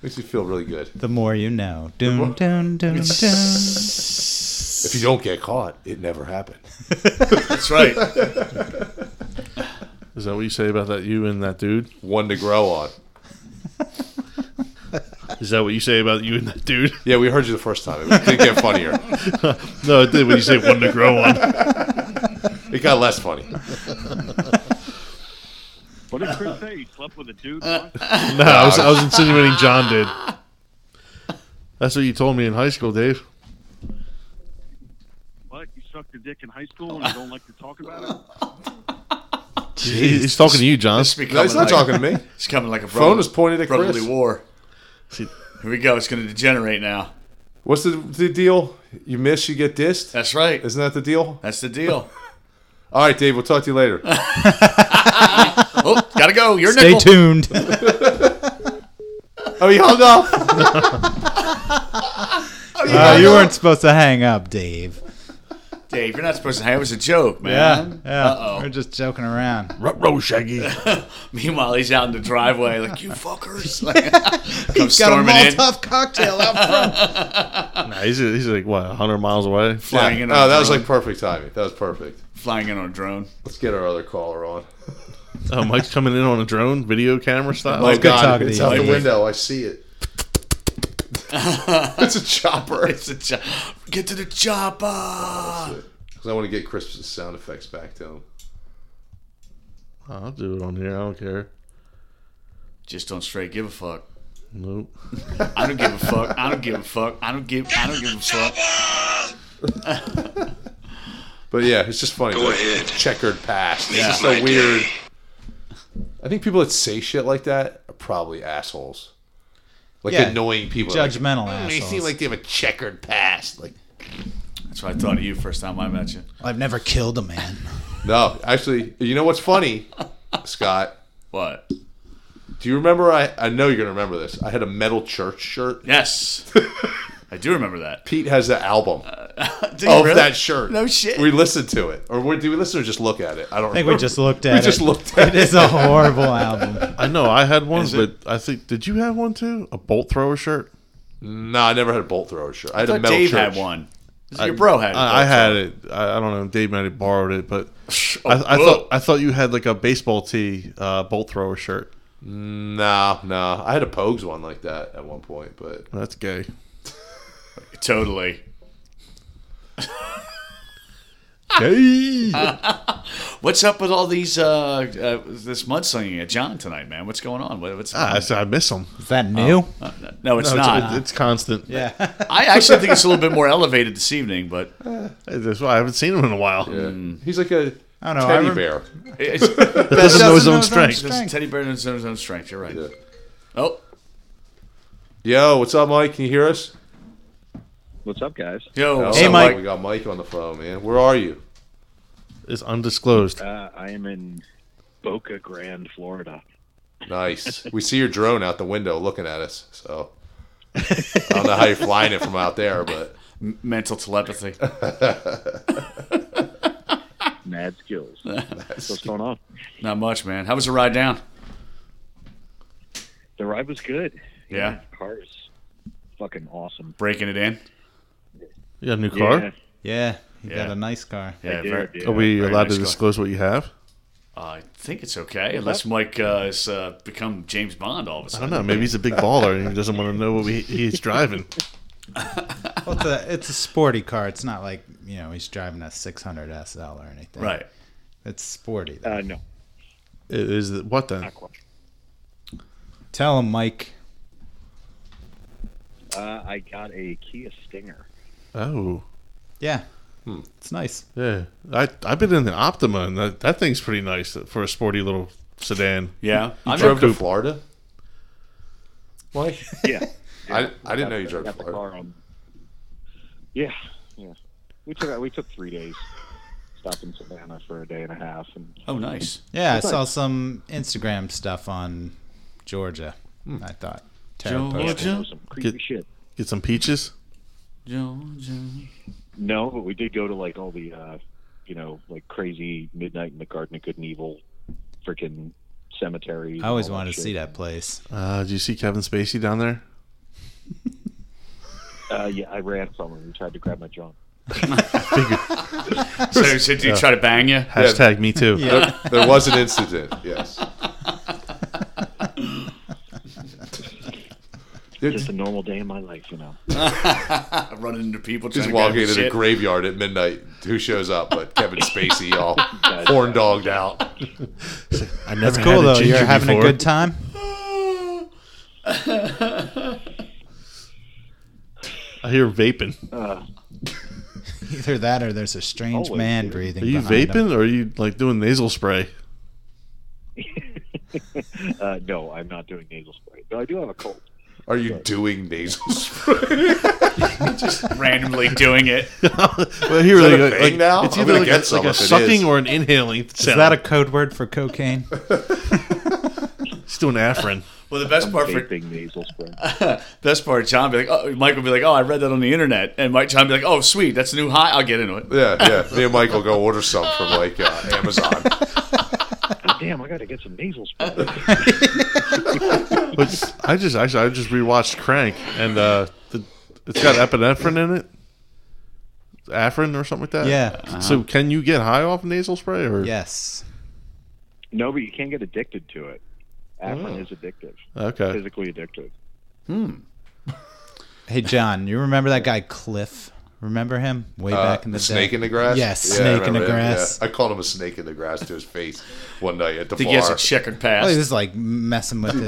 Makes you feel really good.
The more you know. Doom, doom, doom, doom.
If you don't get caught, it never happened.
that's right.
is that what you say about that you and that dude?
One to grow on.
Is that what you say about you and that dude?
Yeah, we heard you the first time. It did get funnier.
no, it did when you say one to grow on.
It got less funny.
What did Chris say? He slept with a dude. once?
No, I was, I was insinuating John did. That's what you told me in high school, Dave.
What? You sucked a dick in high school and you don't like to talk about it?
He- He's talking to you, John.
It's
No,
becoming
he's not
like,
talking to me.
It's coming like a brother,
Phone was pointed at
brotherly
Chris.
war.
See-
Here we go. It's going to degenerate now.
What's the, the deal? You miss, you get dissed?
That's right.
Isn't that the deal?
That's the deal.
All right, Dave, we'll talk to you later.
Oh, gotta go. You're
Stay
nickel.
tuned. Uh,
Oh, he hung up.
Uh, you weren't supposed to hang up, Dave.
Dave, you're not supposed to. Hey, it was a joke, man.
Yeah, yeah.
Uh-oh.
We're just joking around.
Ruh-roh, Shaggy. Meanwhile, he's out in the driveway, like you fuckers. Like, come
He's got a
storming in.
Molotov cocktail out front.
Nah, he's, he's like what, 100 miles away?
Flying in on
Oh,
a
that was
drone.
like perfect timing. That was perfect.
flying in on a drone.
Let's get our other caller on.
Oh, Mike's coming in on a drone, video camera style.
Mike,
good talking
Oh, It's
to
out
you.
the window. I see it. it's a chopper.
It's a jo- get to the chopper.
Because I want to get Chris's sound effects back to him.
I'll do it on here. I don't care.
Just don't straight give a fuck.
Nope.
I don't give a fuck. I don't give a fuck. I don't give. I don't give a fuck.
But yeah, it's just funny.
Go
the
ahead.
Checkered past. It's
Yeah.
just so
My
weird.
day.
I think people that say shit like that are probably assholes. Like
Yeah.
annoying people.
Judgmental
Like, they seem
assholes.
like they have a checkered past. Like
That's what I thought of you first time I met you.
I've never killed a man.
no, actually, you know what's funny, Scott?
What?
Do you remember? I I know you're gonna remember this. I had a metal church shirt.
Yes, I do remember that.
Pete has the album
Do you
of
Uh, really?
that shirt.
No shit.
We listened to it, or we- do we listen or just look at it? I don't.
I think we just looked at
we
it.
just looked at
It is a horrible album.
I know I had one, but I think did you have one too? A bolt thrower shirt?
No, I never had a bolt thrower shirt. I had
I
a
thought
metal
Dave
church.
had one. Your bro had. it.
I, I had it. I, I don't know. Dave might have borrowed it, but I, I
whoa.
thought I thought you had like a baseball tee uh, bolt thrower shirt.
No, no, I had a Pogues one like that at one point, but
That's gay.
totally.
Gay.
What's up with all these uh, uh this mudslinging at John tonight, man? What's going on? What, what's
I said I miss them.
Is that new?
no, it's not.
It's, constant.
Oh. yeah.
I actually think it's a little bit more elevated this evening, but
That's why I haven't seen them in a while.
he's like a
I don't know. I
teddy
rem-
bear.
it's,
That doesn't know his
doesn't
own
know his own
strength.
it's Teddy Bear knows his own strength. You're right.
Yeah.
Oh,
Yo, what's up, Mike? Can you hear us?
What's up, guys?
yo, Oh, what's
Hey,
up,
Mike.
We got Mike on the phone, man. Where are you?
It's undisclosed.
Uh, I am in Boca Grande, Florida.
Nice. we see your drone out the window looking at us. So I don't know how you're flying it from out there, but
Mental telepathy.
Mad skills. What's going on?
Not much, man. How was the ride down?
The ride was good.
Yeah.
Car is fucking awesome.
Breaking it in.
You got a new car?
Yeah,
Yeah. You
Yeah.
got a nice car.
Yeah,
dude,
very-
dude.
Are we
very
allowed
nice
to
car.
disclose what you have?
Uh, I think it's okay, unless Mike uh, has uh, become James Bond all of a
I
sudden.
don't know. Maybe he's a big baller and he doesn't want to know what we, he's driving.
Well, it's a it's a sporty car. It's not like you know he's driving a 600 SL or anything.
Right.
It's sporty. Though.
Uh, no,
It is the- what then?
not quite.
Tell him, Mike.
Uh, I got a Kia Stinger.
Oh,
Yeah. It's nice.
yeah. I I've been in the Optima and that, that thing's pretty nice for a sporty little sedan.
Yeah.
you
I'm
drove to Florida. Mike,
Yeah.
I, I didn't know you
got
drove to
the
Florida.
car on. Yeah, yeah. We took we took three days. Stopped in Savannah for a day and a half, and
oh, nice.
Yeah, I saw some Instagram stuff on Georgia. I thought. Tara posted.
there was some creepy
Get-
shit.
Get some peaches.
Georgia.
No, but we did go to like all the, uh, you know, like crazy midnight in the Garden of Good and Evil, freaking cemetery.
I always wanted to see that place.
Uh, did you see Kevin Spacey down there?
Uh, yeah, I ran from him. He tried to grab my junk.
So, so do you try to bang you?
Hashtag me too.
There, there was an incident. Yes.
Just a normal day in my life, you know.
I'm running into people trying
Just
to walk
walking into
shit.
the graveyard at midnight. Who shows up? But Kevin Spacey, all
Guys,
horn dogged out.
I never
Cool
had
though.
ginger
You're having a
before.
good time.
I hear vaping.
Oh, Either that or there's a strange
Always,
man
dude.
breathing.
Are you
behind him.
vaping or are you like doing nasal spray?
uh, no, I'm not doing nasal spray, but I do have a cold.
Are you doing nasal spray?
randomly doing it.
well, here
that
like,
a
like,
thing now?
it's
I'm
either
gonna
like,
get
a,
some
like a
if it is.
sucking or an inhaling.
Is that a code word for cocaine?
He's doing Afrin.
Well, the best part for
Vaping nasal spray.
best part, John be like, oh, Mike would be like, oh, I read that on the internet, and Mike John be like, oh, sweet, that's a new high. I'll get into it.
Yeah, yeah. Me and Mike will go order some from like uh, Amazon.
Damn, I got to get some nasal spray.
But I just actually I just rewatched Crank and uh, the, it's got epinephrine in it, Afrin or something like that.
Yeah, uh-huh.
So can you get high off nasal spray or
yes?
no, but you can't get addicted to it. Afrin
Oh.
is addictive.
Okay.
Uh,
Physically addictive.
Hmm. Hey, John, you remember that guy Cliff? Remember him way
Uh,
back in the, day?
snake in the grass.
Yes,
Yeah, I
snake in the
remember him, yeah.
grass.
I called him a snake in the grass to his face one night at the
I think
bar.
he has a checkered past.
Oh, he was like messing with his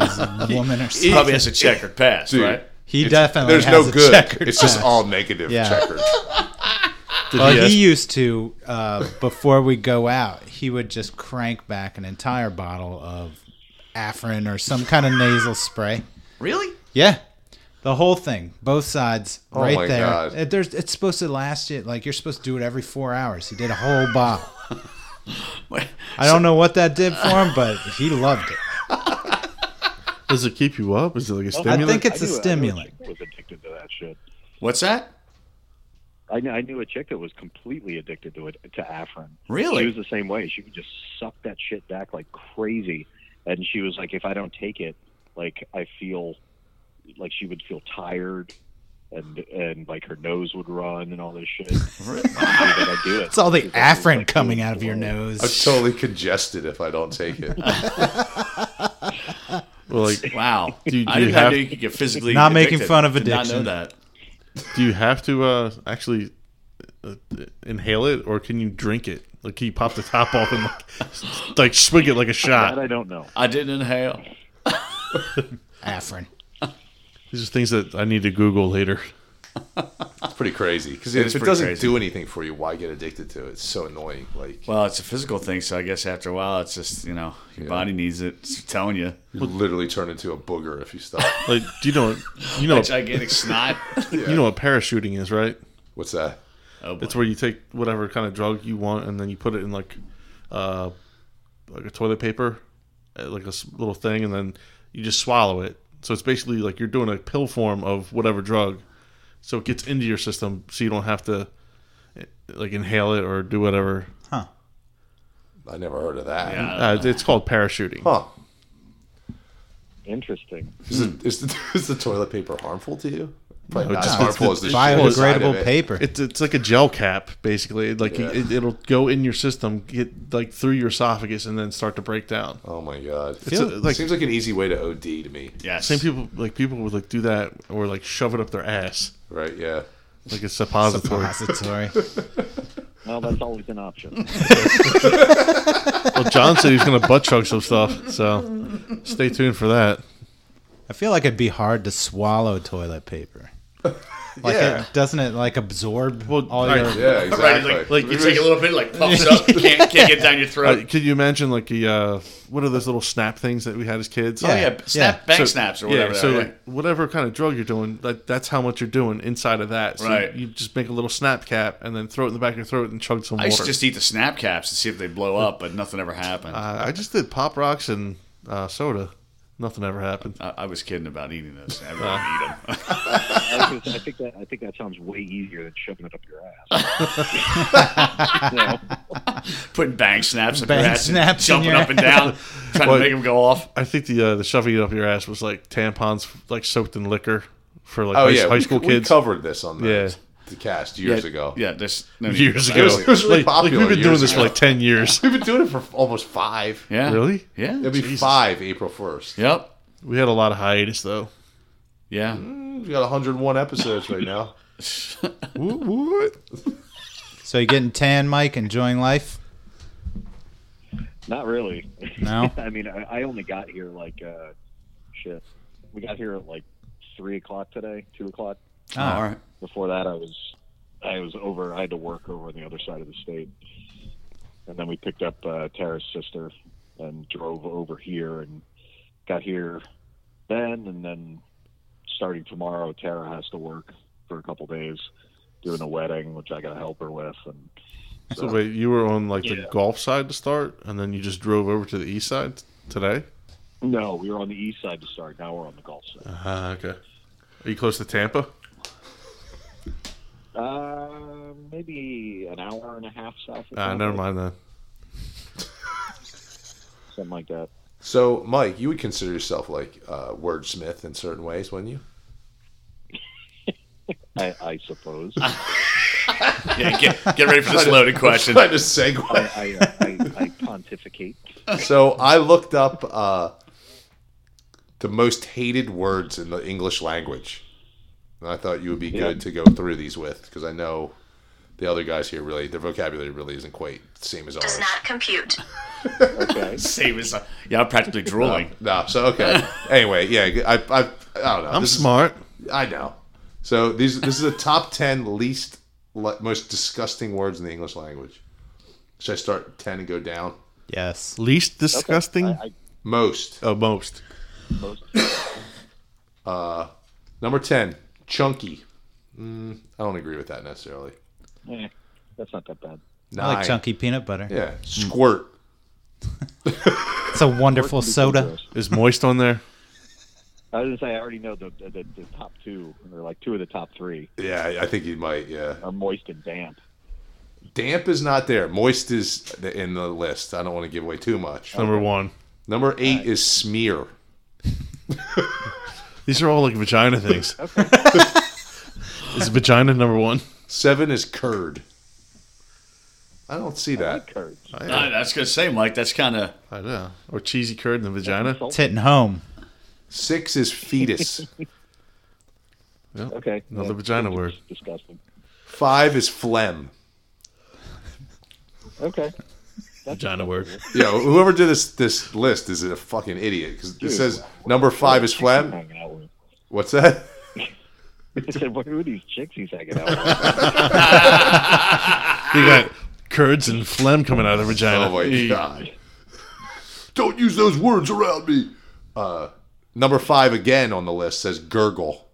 woman or
He
something.
probably has a checkered past,
Dude,
right?
He
it's-
definitely
there's
has
no
a
good.
checkered
It's just
past.
all negative
Yeah.
checkered.
Well,
he
he,
ask-
used to uh, before we go out. He would just crank back an entire bottle of Afrin or some kind of nasal spray.
Really?
Yeah, the whole thing, both sides,
Oh
right
my
there.
God.
It- there's, it's supposed to last you like you're supposed to do it every four hours. He did a whole bottle. I don't know what that did for him, but he loved it.
Does it keep you up? Is it like a
I
stimulant?
think it's a
I knew- I knew
stimulant.
chick was addicted to that shit.
What's that?
I knew, I knew a chick that was completely addicted to it to Afrin.
Really?
She was the same way. She would just suck that shit back like crazy, and she was like, "If I don't take it, like I feel, like she would feel tired, and and like her nose would run and all this shit." I do it.
It's all the
She's like,
Afrin
like,
coming out of your
I'm
nose.
totally congested if I don't take it.
Well, like,
Wow.
Do you-
I
do you
didn't
have-
know you could get physically
Not making
addicted.
fun of
Did Not know
addiction.
that.
do you have to uh, actually uh, inhale it, or can you drink it? Like, can you pop the top off and like, like swig it like a
That
shot?
I don't know.
I didn't inhale.
Afrin.
These are things that I need to Google later.
It's pretty crazy because
It
if
is
it
pretty
doesn't
crazy.
do anything for you, why get addicted to it? It's so annoying. Like
Well, it's a physical thing, so I guess after a while, it's just you know your body needs it. It's telling you.
you literally turn into a booger if you stop.
Like, do you know? You know,
Gigantic snot.
you know what parachuting is, right?
What's that?
Oh, boy.
It's where you take whatever kind of drug you want, and then you put it in like, uh, like a toilet paper, uh, like a s- little thing, and then you just swallow it. So it's basically like you're doing a pill form of whatever drug, so it gets into your system, so you don't have to eh, like inhale it or do whatever.
I never heard of that.
Yeah.
Uh, it's called parachuting.
Huh?
Interesting.
Is, it, is, the, is the toilet paper harmful to you? Probably
No,
not
just-
as
it's
harmful
the-
as the shit inside of
Biodegradable
it.
paper.
It's it's like a gel cap, basically. Like it, it'll go in your system, get like through your esophagus, and then start to break down.
Oh my god!
It's a- like-
seems like an easy way to OD to me.
Yes.
Same people like people would like do that or like shove it up their ass.
Right? Yeah.
like a suppository.
Suppository.
Well, that's always an option.
well, John said he's going to butt chug some stuff, so stay tuned for that.
I feel like it'd be hard to swallow toilet paper. Like
Yeah.
it doesn't it like absorb all
right,
your
Yeah.
Right,
Exactly. Oh,
like, you take a little bit, like puffs up, can't, can't get down your
Uh,
throat.
could you imagine like the uh, what are those little snap things that we had as kids?
oh yeah, snap
yeah.
back
So-
snaps or
yeah,
whatever.
so
they are,
like, whatever kind of drug you're doing, that, that's how much you're doing inside of that. So
Right.
You just make a little snap cap and then throw it in the back of your throat and chug some
I
water.
used to just eat the snap caps to see if they blow up, but nothing ever happened.
uh, I just did pop rocks and uh, soda. Nothing ever happened.
I, I was kidding about eating those. I really eat them.
I, was gonna say, I think that I think that sounds way easier than shoving it up your ass. You know?
Putting bang snaps up
Bang
your ass, and
snaps in
jumping
your
up and down, trying
Well,
to make them go off.
I think the uh, the shoving it up your ass was like tampons like soaked in liquor for like
Oh
high,
yeah.
high
we-
school
we,
kids.
covered this on the,
Yeah.
the cast years
yeah,
ago.
Yeah, there's no need.
years
It
ago.
was- it was really
like, like,
popular
we've been doing
years
this for
ago.
like 10 years.
We've been doing it for almost five.
Yeah.
Really?
Yeah.
It'll be five April first.
Yep.
We had a lot of hiatus though.
Yeah.
Mm, We got 101 episodes right now.
What?
So you getting tan, Mike, enjoying life?
Not really.
No?
I mean, I, I only got here like, uh, shit. We got here at like three o'clock today, two o'clock.
Oh, all right.
Before that, I was, I was over. I had to work over on the other side of the state, and then we picked up uh, Tara's sister and drove over here and got here then, and then starting tomorrow, Tara has to work for a couple days doing a wedding, which I got to help her with, and
So wait, you were on like the
Yeah.
golf side to start, and then you just drove over to the east side today.
No, we were on the east side to start. Now we're on the Gulf side.
Uh, okay. Are you close to Tampa?
Uh, maybe an hour and a half south. of
Ah,
Tampa,
never mind then.
Something like that.
So, Mike, you would consider yourself like uh, wordsmith in certain ways, wouldn't you?
I, I suppose.
Yeah, get- get ready for this loaded question.
Trying to segue.
I, uh, I, I, I pontificate.
so I looked up uh, the most hated words in the English language, and I thought you would be
Yeah.
good to go through these with because I know the other guys here really their vocabulary really isn't quite the same as ours.
Does not compute.
okay.
Same as yeah, I'm practically drooling.
No, so okay. anyway, yeah, I, I, I don't know.
I'm
This is-
smart.
I know. So these this is the top ten least le- most disgusting words in the English language. Should I start at ten and go down?
Yes.
Least disgusting?
Most.
Oh, most.
Most.
Uh, number ten, chunky. Mm, I don't agree with that necessarily.
Eh, that's not that bad.
I like chunky peanut butter.
Yeah, squirt.
It's a wonderful soda.
Is moist on there?
I was gonna say I already know the the, the top two or like two of the top three
Yeah, I- I think you might. Yeah,
are moist and damp.
damp is not there. Moist is th- in the list. I don't want to give away too much.
Oh.
Number one.
Number eight is smear.
These are all like vagina things. Is vagina number one?
Seven is curd. I don't see that.
curd.
I, I was gonna say, Mike, that's kind of
I know. Or cheesy curd in the vagina?
It's hitting home.
Six is fetus.
Yep.
Okay.
Another
Yeah,
vagina word.
Disgusting.
Five is phlegm.
Okay.
Vagina word.
Yeah, whoever did this this list is a fucking idiot because it says number five is
Um,
phlegm.
Hanging out with.
What's that?
I said, what are these chicks he's hanging out with?
You got curds and phlegm coming out of the vagina.
Oh my god! Don't use those words around me. Uh, number five again on the list says gurgle.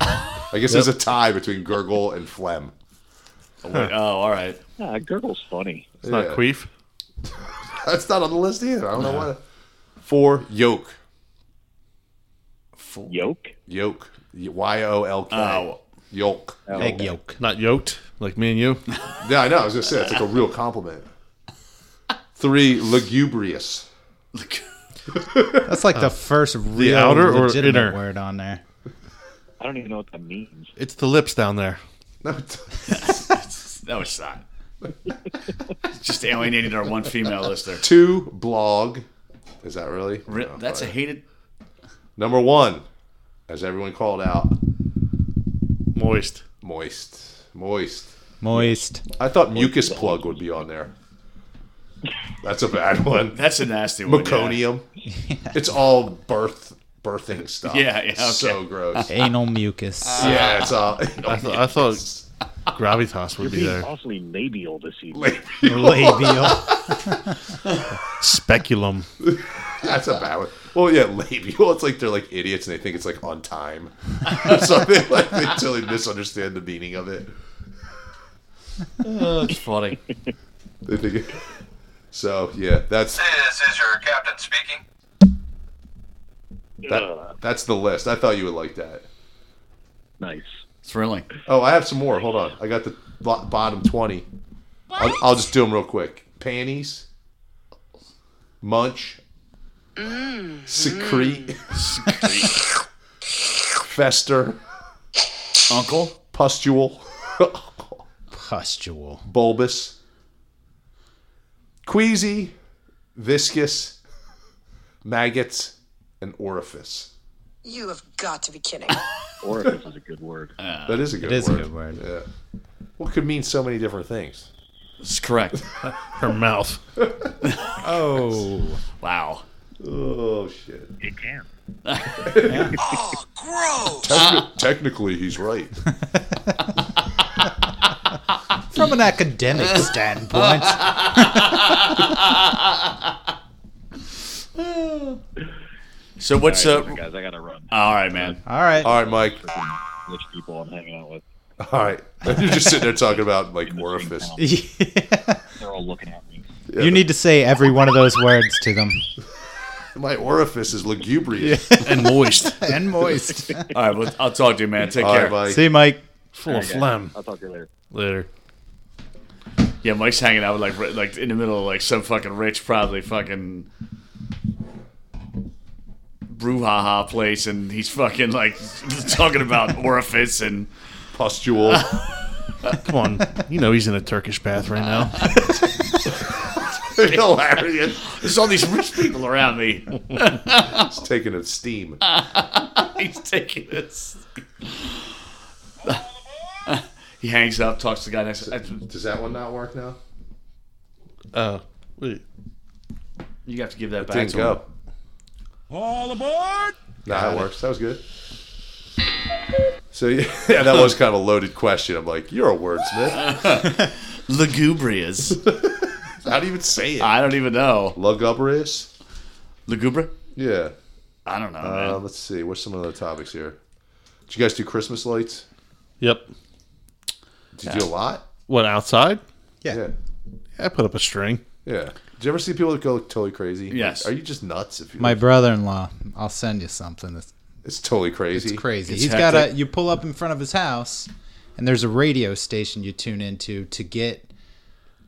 I guess there's a tie between gurgle and phlegm.
oh, all right.
Nah, gurgle's funny.
It's not
Yeah.
queef.
That's not on the list either. I don't
Uh-huh.
know why. Four yolk.
Yolk.
Yolk. Y o l k.
Oh,
Yolk.
Egg yolk.
Not yoked, like me and you.
Yeah, I know. I was gonna say it's like a real compliment. Three lugubrious.
That's like the first real
outer or
legitimate
inner?
word on there.
I don't even know what that means.
It's the lips down there.
No, it's-
no, it's not. Just alienated our one female listener.
two Oh, blog. Is that really?
Re-
No,
That's a
all right.
hated.
number one, as everyone called out.
Moist.
Moist. Moist.
Moist.
I thought mucus plug would be on there. That's a bad one.
That's a nasty one. yeah.
Meconium. It's all birth birthing stuff.
Yeah, yeah,
It's So
okay.
gross.
Anal mucus.
yeah, it's all
I, th- I thought gravitas would be
Being
there.
awfully labial this evening.
Labial.
Speculum.
that's a bad one. Well, yeah, labial. It's like they're like idiots and they think it's like on time or something. Like they totally misunderstand the meaning of it.
Oh, it's funny.
They think it- So yeah, that's
This is your captain speaking.
that, that's the list. I thought you would like that.
nice.
Thrilling.
Oh, I have some more. Hold on. I got the bo- bottom 20. I'll, I'll just do them real quick. Panties, munch, secrete, fester,
Uncle.
pustule,
Pustule.
bulbous, queasy, viscous, maggots, and orifice.
You have got to be kidding.
Orifice is a good word.
Uh,
That is a good
It is a
word.
good word.
Yeah. What could mean so many different things?
It's correct.
Her mouth.
Oh.
Wow.
Oh, shit.
It can.
oh, gross!
Technically, he's right.
From an academic standpoint.
So what's
All
uh?
right, guys, I gotta run.
All right, man.
All right.
All right, Mike.
Which people I'm hanging out with?
All right. You're just sitting there talking about like orifice.
you
They're all looking at me.
Yeah.
need to say every one of those words to them.
My orifice is lugubrious
And moist.
And moist.
All right, well, I'll talk to you, man. Take
All right,
care.
Mike.
See you, Mike.
Full of phlegm. I'll talk to you later. Later.
Yeah, Mike's hanging out with like ri- like in the middle of like some fucking rich, probably fucking brouhaha place, and he's fucking like talking about orifice and
pustule.
Come on. You know he's in a Turkish bath right now.
Hilarious. There's all these rich people around me.
It's taking a steam.
Uh, He's taking this. he hangs up, talks to the guy next.
Does that one not work now?
Uh, wait.
You have to give that
It
back
didn't
to
go.
him.
All aboard!
Nah, that works. That was good. So yeah, yeah, that was kind of a loaded question. I'm like, you're a wordsmith.
Lugubrious.
How do you even say it?
I don't even know.
Lugubrious.
Lugubra.
Yeah.
I don't know.
Uh, Let's see. What's some other topics here? Did you guys do Christmas lights?
Yep.
Did you do a lot?
What, outside?
Yeah.
yeah.
I put up a string.
Yeah. Did you ever see people that go totally crazy?
Yes.
Like, are you just nuts? If you
My brother-in-law. I'll send you something. That's
it's totally crazy.
It's crazy.
He's
He's got a. You pull up in front of his house, and there's a radio station you tune into to get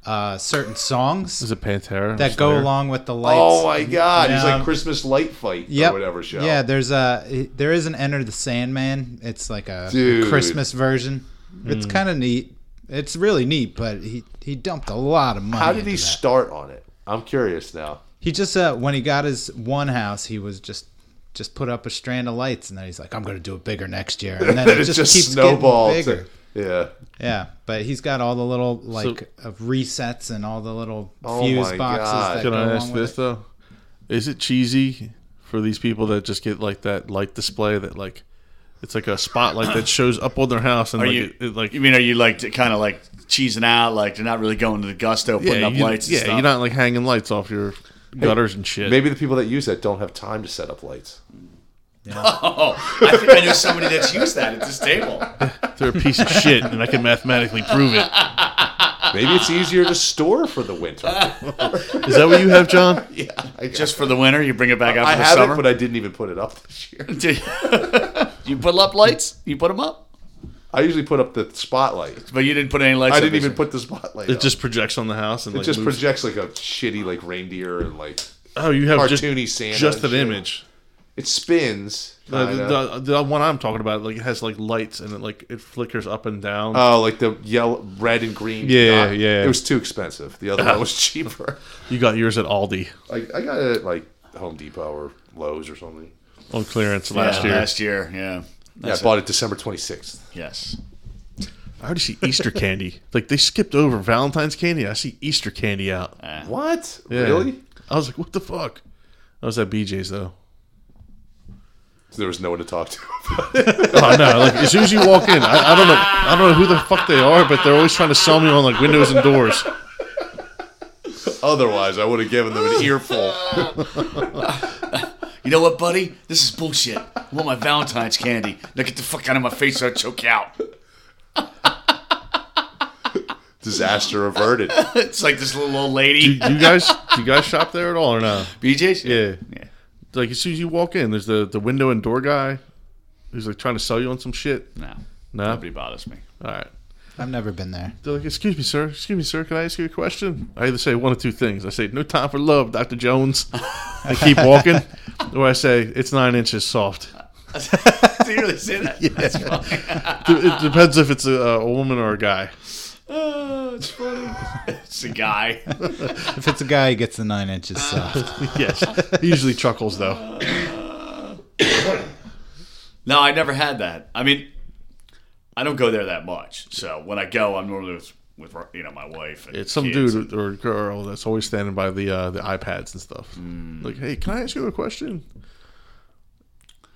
uh, certain songs
Is it Pantera?
that go
Slayer?
along with the lights.
Oh my god! He's like
Um,
Christmas light fight
Yep.
or whatever show.
Yeah, there's a there is an Enter the Sandman. It's like a
Dude.
Christmas version. It's
Hmm.
Mm.
kind of neat. It's really neat, but he he dumped a lot of money.
How did he
into that.
start on it? I'm curious now.
He just uh, when he got his one house, he was just just put up a strand of lights, and then he's like, "I'm going to do it bigger next year," and then it just, keeps
snowballed
getting bigger.
to- yeah.
Yeah, but he's got all the little like uh, resets and all the little
Oh
fuse boxes that
Can
go
I
along
ask
with
this
it.
though? Is it cheesy for these people that just get like that light display that like it's like a spotlight that shows up on their house and
Are
like,
you
it, it, like
you mean are you like kind of like cheesing out? Like they're not really going to the gusto, putting up
you-
lights. And
yeah,
stuff.
you're not like hanging lights off your gutters and shit.
Maybe the people that use that don't have time to set up lights.
Oh, I think I know somebody that's used that at this table.
They're a piece of shit, and I can mathematically prove it.
Maybe it's easier to store for the winter.
Is that what you have, John?
Yeah,
Just for the winter, you bring it back out for
I
the
have
summer.
it, but I didn't even put it up this year.
you put up lights? You put them up?
I usually put up the spotlight.
But you didn't put any lights.
I
up
didn't
this
even
year.
put the spotlight.
It
up.
just projects on the house and
it
like,
just
moves-
projects like a shitty like reindeer and like
Oh, you have just-
cartoony Santa
just
and
an
shit.
image.
It spins.
Uh, The,
kinda.
the, the one I'm talking about like it has like lights and it like it flickers up and down.
Oh, like the yellow, red, and green.
Yeah,
dot.
yeah.
It was too expensive. The other one was cheaper.
You got yours at Aldi
Like I got it at like Home Depot or Lowe's or something.
on clearance
Yeah,
last year.
Last year, yeah.
Yeah, I bought it December 26th.
Yes.
I already see Easter candy. Like they skipped over Valentine's candy. I see Easter candy out.
What?
Yeah.
Really?
I was like, what the fuck? I was at BJ's though.
There was no one to talk to.
Oh no! Like as soon as you walk in, I, I don't know, I don't know who the fuck they are, but they're always trying to sell me on like windows and doors.
Otherwise, I would have given them an earful.
You know what, buddy? This is bullshit. I want my Valentine's candy. Now get the fuck out of my face or I'll choke you out.
Disaster averted.
it's like this little old lady.
Do, do you guys do you guys shop there at all or no?
BJ's?
Yeah. Like as soon as you walk in, there's the the window and door guy who's like trying to sell you on some shit.
No.
No.
Nobody bothers me.
All right.
I've never been there.
They're like, excuse me, sir. Excuse me, sir. Can I ask you a question? I either say one of two things. I say, no time for love, Dr. Jones. I keep walking. or I say, it's nine inches soft.
Do you really say that?
Yeah.
That's funny.
D- it depends if it's a, a woman or a guy.
oh, it's funny. It's a guy.
if it's a guy, he gets the nine inches soft.
yes, he usually chuckles though.
No, I never had that. I mean, I don't go there that much. So when I go, I'm normally with, with you know my wife. And
It's some
kids.
dude or girl that's always standing by the uh, the iPads and stuff.
Mm.
Like, hey, can I ask you a question?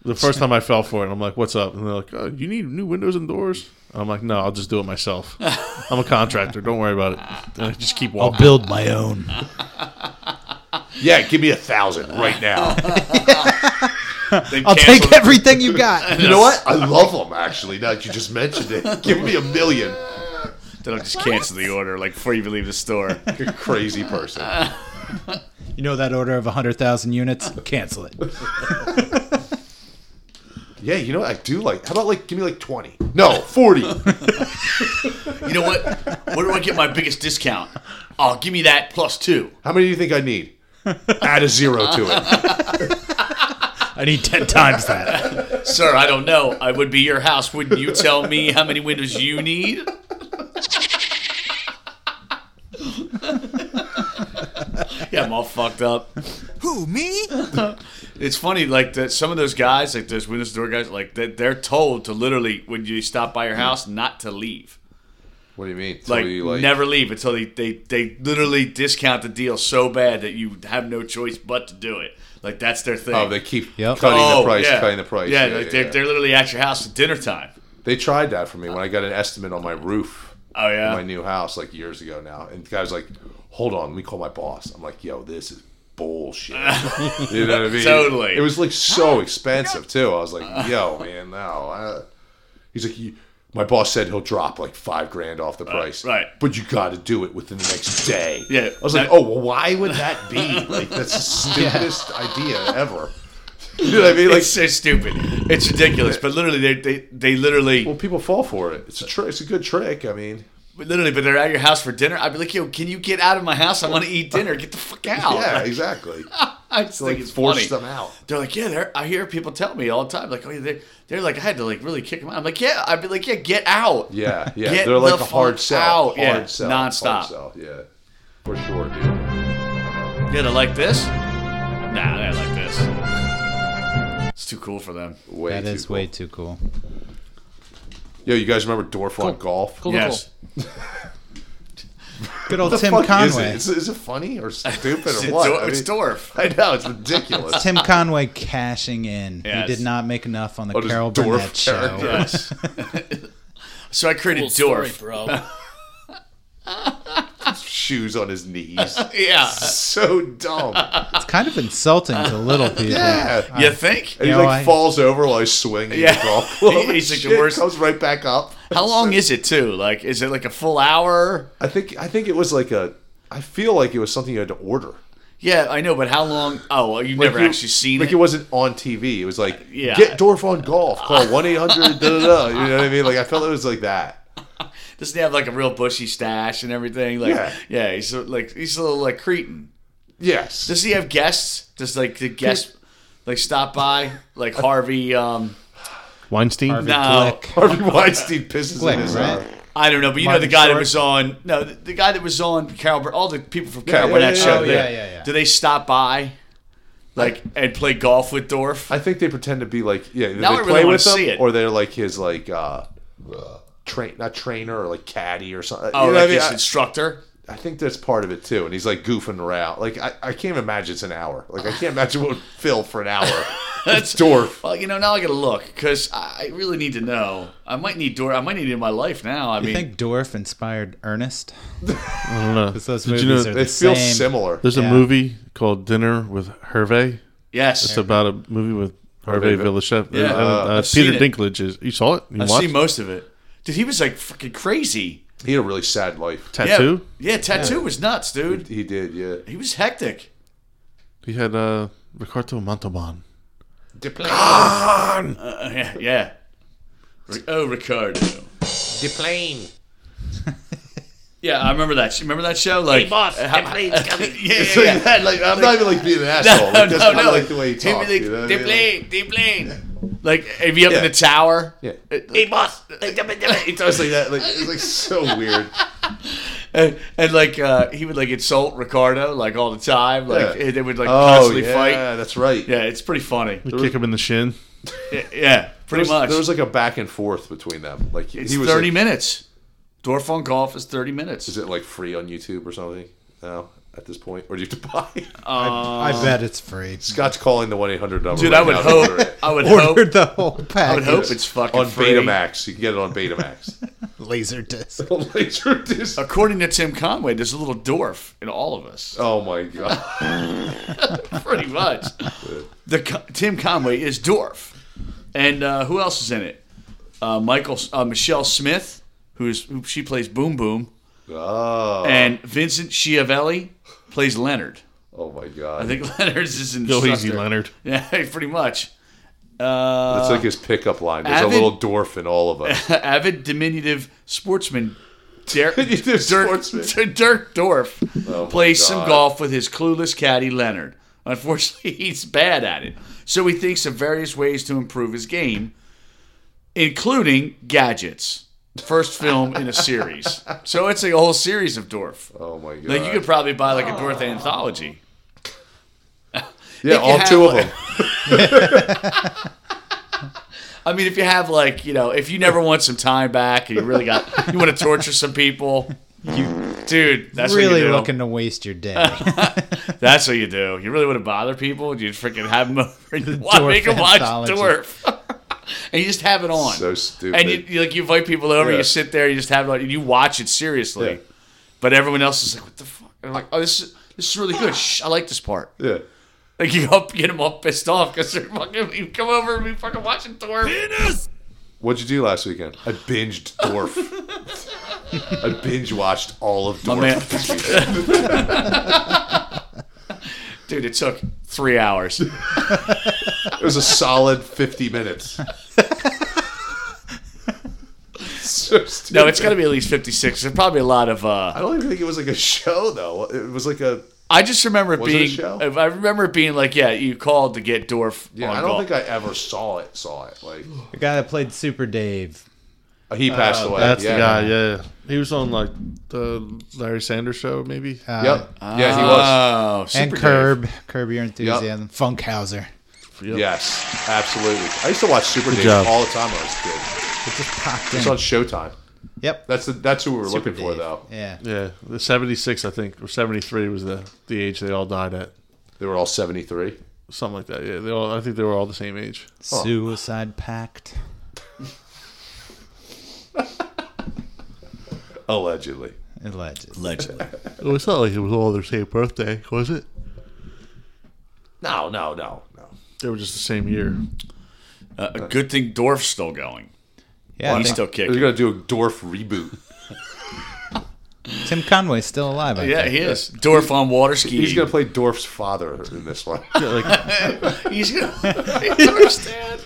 The first time I fell for it, I'm like, "What's up?" And they're like, "Oh, you need new windows and doors." I'm like, "No, I'll just do it myself. I'm a contractor. Don't worry about it. And I just keep walking.
build my own.
Yeah, give me a thousand right now.
They
I'll
canceled-
take everything you got.
You know what? I love them actually. Now that you just mentioned it, give me a million.
Then I'll just cancel the order like before you even leave the store.
You're a crazy person.
You know that order of 100,000 units? Cancel it.
yeah, you know what I do like? How about like give me like twenty? No, forty.
You know what? Where do I get my biggest discount? Oh, give me that plus two.
How many do you think I need? Add a zero to it.
I need ten times that. Sir, I don't know. I would be your house. Wouldn't you tell me how many windows you need? yeah, I'm all fucked up.
Who, me?
It's funny, like that. Some of those guys, like those windows door guys, like that. They're told to literally, when you stop by your house, not to leave.
What do you mean?
Like,
So you, like-
never leave until they, they they literally discount the deal so bad that you have no choice but to do it. Like that's their thing.
Oh, they keep cutting the price, cutting the price.
Oh, Yeah,
Yeah,
like
yeah,
they're,
yeah.
they're literally at your house at dinner time.
They tried that for me when I got an estimate on my roof.
Oh yeah,
my new house like years ago now, and the guy's like, "Hold on, let me call my boss." I'm like, "Yo, this is bullshit." you know what I mean?
Totally.
It was like so expensive too. I was like, "Yo, man, no." I- He's like, "You." My boss said he'll drop like five grand off the price,
Uh, right.
But you got to do it within the next day.
Yeah,
I was like,
that-
"Oh, well, why would that be? Like, that's the stupidest idea ever." You know what I mean? Like,
it's so stupid. It's ridiculous. But literally, they they, they literally
well, people fall for it. It's a trick. It's a good trick. I mean,
but literally, but they're at your house for dinner. I'd be like, yo, can you get out of my house? I want to eat dinner. Get the fuck out.
yeah, exactly.
I just
Like,
think Oh, it's
force
funny.
them out.
They're like, yeah, they're, I hear people tell me all the time, like, oh, they're, they're like, I had to like really kick them out. I'm like, yeah, I'd be like, yeah, get out.
Yeah, yeah.
Get
They're like
the
a hard
fuck
sell.
out.
Hard
yeah,
sell.
nonstop.
Hard sell. Yeah, for sure, dude.
Yeah, they like this. Nah, they like this. It's too cool for them.
Way
that
too
is way too cool.
Yo, you guys remember Dorf on Golf?
yes.
Good old
The
Tim
fuck
Conway.
Is it? Is, is it funny or stupid
It's
or what?
Dor-
I
it's Dorf.
I know it's ridiculous.
Tim Conway cashing in.
Yes. Oh,
He did not make enough on the
On his
Carol
dwarf
Burnett show.
character. Yes.
So I created
Cool story,
Dorf.
bro.
Shoes on his knees.
yeah.
So dumb.
It's kind of insulting to little people.
Yeah.
You think?
And he
You know,
like
I-
falls over while he's swinging
Yeah.
the golf club.
He's like the
Shit
worst-
Comes right back up.
How long is it too? Like, is it like a full hour?
I think. I think it was like a. I feel like it was something you had to order.
Yeah, I know, but how long? Oh, well, you've
Like
never
you-
actually seen
like
it.
it wasn't on TV. It was like
Yeah.
get Dorf on golf. Call one eight hundred. You know what I mean? Like I felt it was like that.
Doesn't he have like a real bushy stash and everything? Like,
Yeah.
yeah, he's a, like he's a little like Cretan.
Yes.
Does he have guests? Does like the guests like stop by? Like Harvey? um
Weinstein.
No,
Harvey Weinstein pisses
Glick,
in his
right?
eye.
I don't know. But you know
Martin
the guy that
Short?
was on. No, the, the guy that was on Carol. Bur- All the people from
Yeah,
Carol
yeah,
Burnett
yeah,
show.
yeah,
they-
yeah, yeah, yeah.
Do they stop by? Like and play golf with Dorf?
I think they pretend to be like yeah. Either
Now
they
I really
play
wanna
with him,
see it.
or they're like his like uh, train not trainer or like caddy or something.
Oh,
you know
like
what I mean?
his
I-
instructor.
I think that's part of it too. And he's like goofing around. Like I, I can't even imagine it's an hour. Like I can't imagine what it would fill for an hour. That's Dorf.
Well, you know, now I gotta look because I I really need to know. I might need Dorf. I might need it in my life now. I
You
mean,
think Dorf inspired Ernest?
I don't know.
'Cause those
Did you
movies
know-
are
They
the
feel
same.
similar.
There's
Yeah.
a movie called Dinner with Hervé.
yes,
It's about a movie with Hervé
Hervé.
Villechef.
Yeah.
Uh, uh,
I've
Peter
seen it.
Dinklage is. You saw it? You
I've
watched
seen most of it. Dude, he was like fucking crazy.
He had a really sad life.
Yeah,
Tattoo.
Yeah, tattoo was nuts, dude.
He did, yeah.
He was hectic.
He had uh, Ricardo Montalban.
Uh, yeah, yeah. Ri- Oh, Ricardo.
The plane.
Yeah, I remember that. sh- Remember that show? Like,
boss,
uh, how- yeah,
It's
yeah,
like
yeah.
that. Like I'm not even like being an asshole.
No,
like, that's
no,
not
no.
like the way he
He'd be
talks.
like,
you know what I
"They
mean?
plane, they plane. Like, if you up in
Yeah.
the tower. uh,
Yeah.
Hey, boss.
He talks like that. Like it's like so weird.
And, and like, uh, he would like insult Ricardo like all the time. Like,
Yeah.
they would like
oh
constantly
yeah,
fight.
that's right.
Yeah, it's pretty funny.
They kick him in the shin.
Yeah, yeah
There
pretty
was,
much.
There was like a back and forth between them. Like
It's
he was
30
like,
minutes. Dwarf on golf is 30 minutes.
Is it like free on YouTube or something? No, at this point, or do you have to buy?
I
Uh,
bet it's free.
Scott's calling the one eight hundred number.
Dude,
right
I would
now to order
hope.
it.
I would
Ordered
hope.
the whole package.
I would hope it's fucking
on
free.
Betamax. You can get it on Betamax.
laser disc.
On laser disc.
According to Tim Conway, there's a little dwarf in all of us.
Oh my god.
Pretty much. The Co- Tim Conway is dwarf, and uh, who else is in it? Uh, Michael uh, Michelle Smith, who's who, she plays Boom Boom,
Oh.
and Vincent Schiavelli plays Leonard.
Oh my god!
I think Leonard's his
Go
instructor.
easy, Leonard.
Yeah, pretty much. Uh,
That's like his pickup line. There's
avid-
a little dwarf in all of us.
avid diminutive sportsman. Dirk, Dirk, Dirk Dorf
Oh my
plays some
God.
golf with his clueless caddy Leonard. Unfortunately, he's bad at it, so he thinks of various ways to improve his game, including gadgets. First film in a series, so it's a whole series of Dorf.
Oh my god!
Like you could probably buy like a Dorf anthology.
yeah,
if you
all
have
two of
one.
them.
I mean, if you have like you know, if you never want some time back and you really got you want to torture some people, you dude, that's what
really
you do.
looking to waste your day.
That's what you do. You really want to bother people? You freaking have them over and watch,
dwarf
make them watch
anthology.
Dwarf. and you just have it on.
So stupid.
And you, you like you invite people over,
Yeah.
you sit there, you just have it on, and you watch it seriously.
Yeah.
But everyone else is like, what the fuck? And I'm like, oh, this is, this is really good. Shh, I like this part.
Yeah.
Like you up, get them all pissed off because they're fucking. You come over and we fucking watching Dwarf.
What'd you do last weekend? I binged Dwarf. I binge watched all of
My
Dwarf.
Oh, man.
this weekend.
Dude, it took three hours.
it was a solid fifty minutes.
no, it's got to be at least 56. There's probably a lot of. Uh,
I don't even think it was like a show though. It was like a.
I just remember it
Was it a
being.
show?
I remember it being like, yeah, you called to get Dorf.
Yeah,
on
I don't
golf.
think I ever saw it. Saw it like
The guy that played Super Dave.
he
Uh,
passed
Oh,
away.
That's
yeah.
the guy. Yeah, he was on like the Larry Sanders show, maybe.
Yep. Yeah, he
Uh, Oh,
was.
and Curb, Curb Your Enthusiasm, Funkhauser.
Yes, absolutely. I used to watch Super
Good
Dave
job.
all the time when I was a kid.
It just popped
It's
in.
on Showtime.
Yep.
That's the, that's who we were
Super
looking for
Dave.
though.
Yeah.
Yeah, the seventy six, I think, or seventy three was the the age they all died at.
They were all seventy three.
Something like that. Yeah, they all. I think they were all the same age.
Suicide Pact.
Allegedly.
Allegedly.
Allegedly.
It was not like it was all their same birthday, was it?
No, no, no, no.
They were just the same year.
Uh, a good thing Dorf's still going.
Yeah, I
he's
think-
still
They're
kicking.
gonna do a Dwarf reboot.
Tim Conway's still alive. I
Yeah,
think.
he is. Dorf on water ski.
He's gonna play Dwarf's father in this one.
He's gonna. I understand.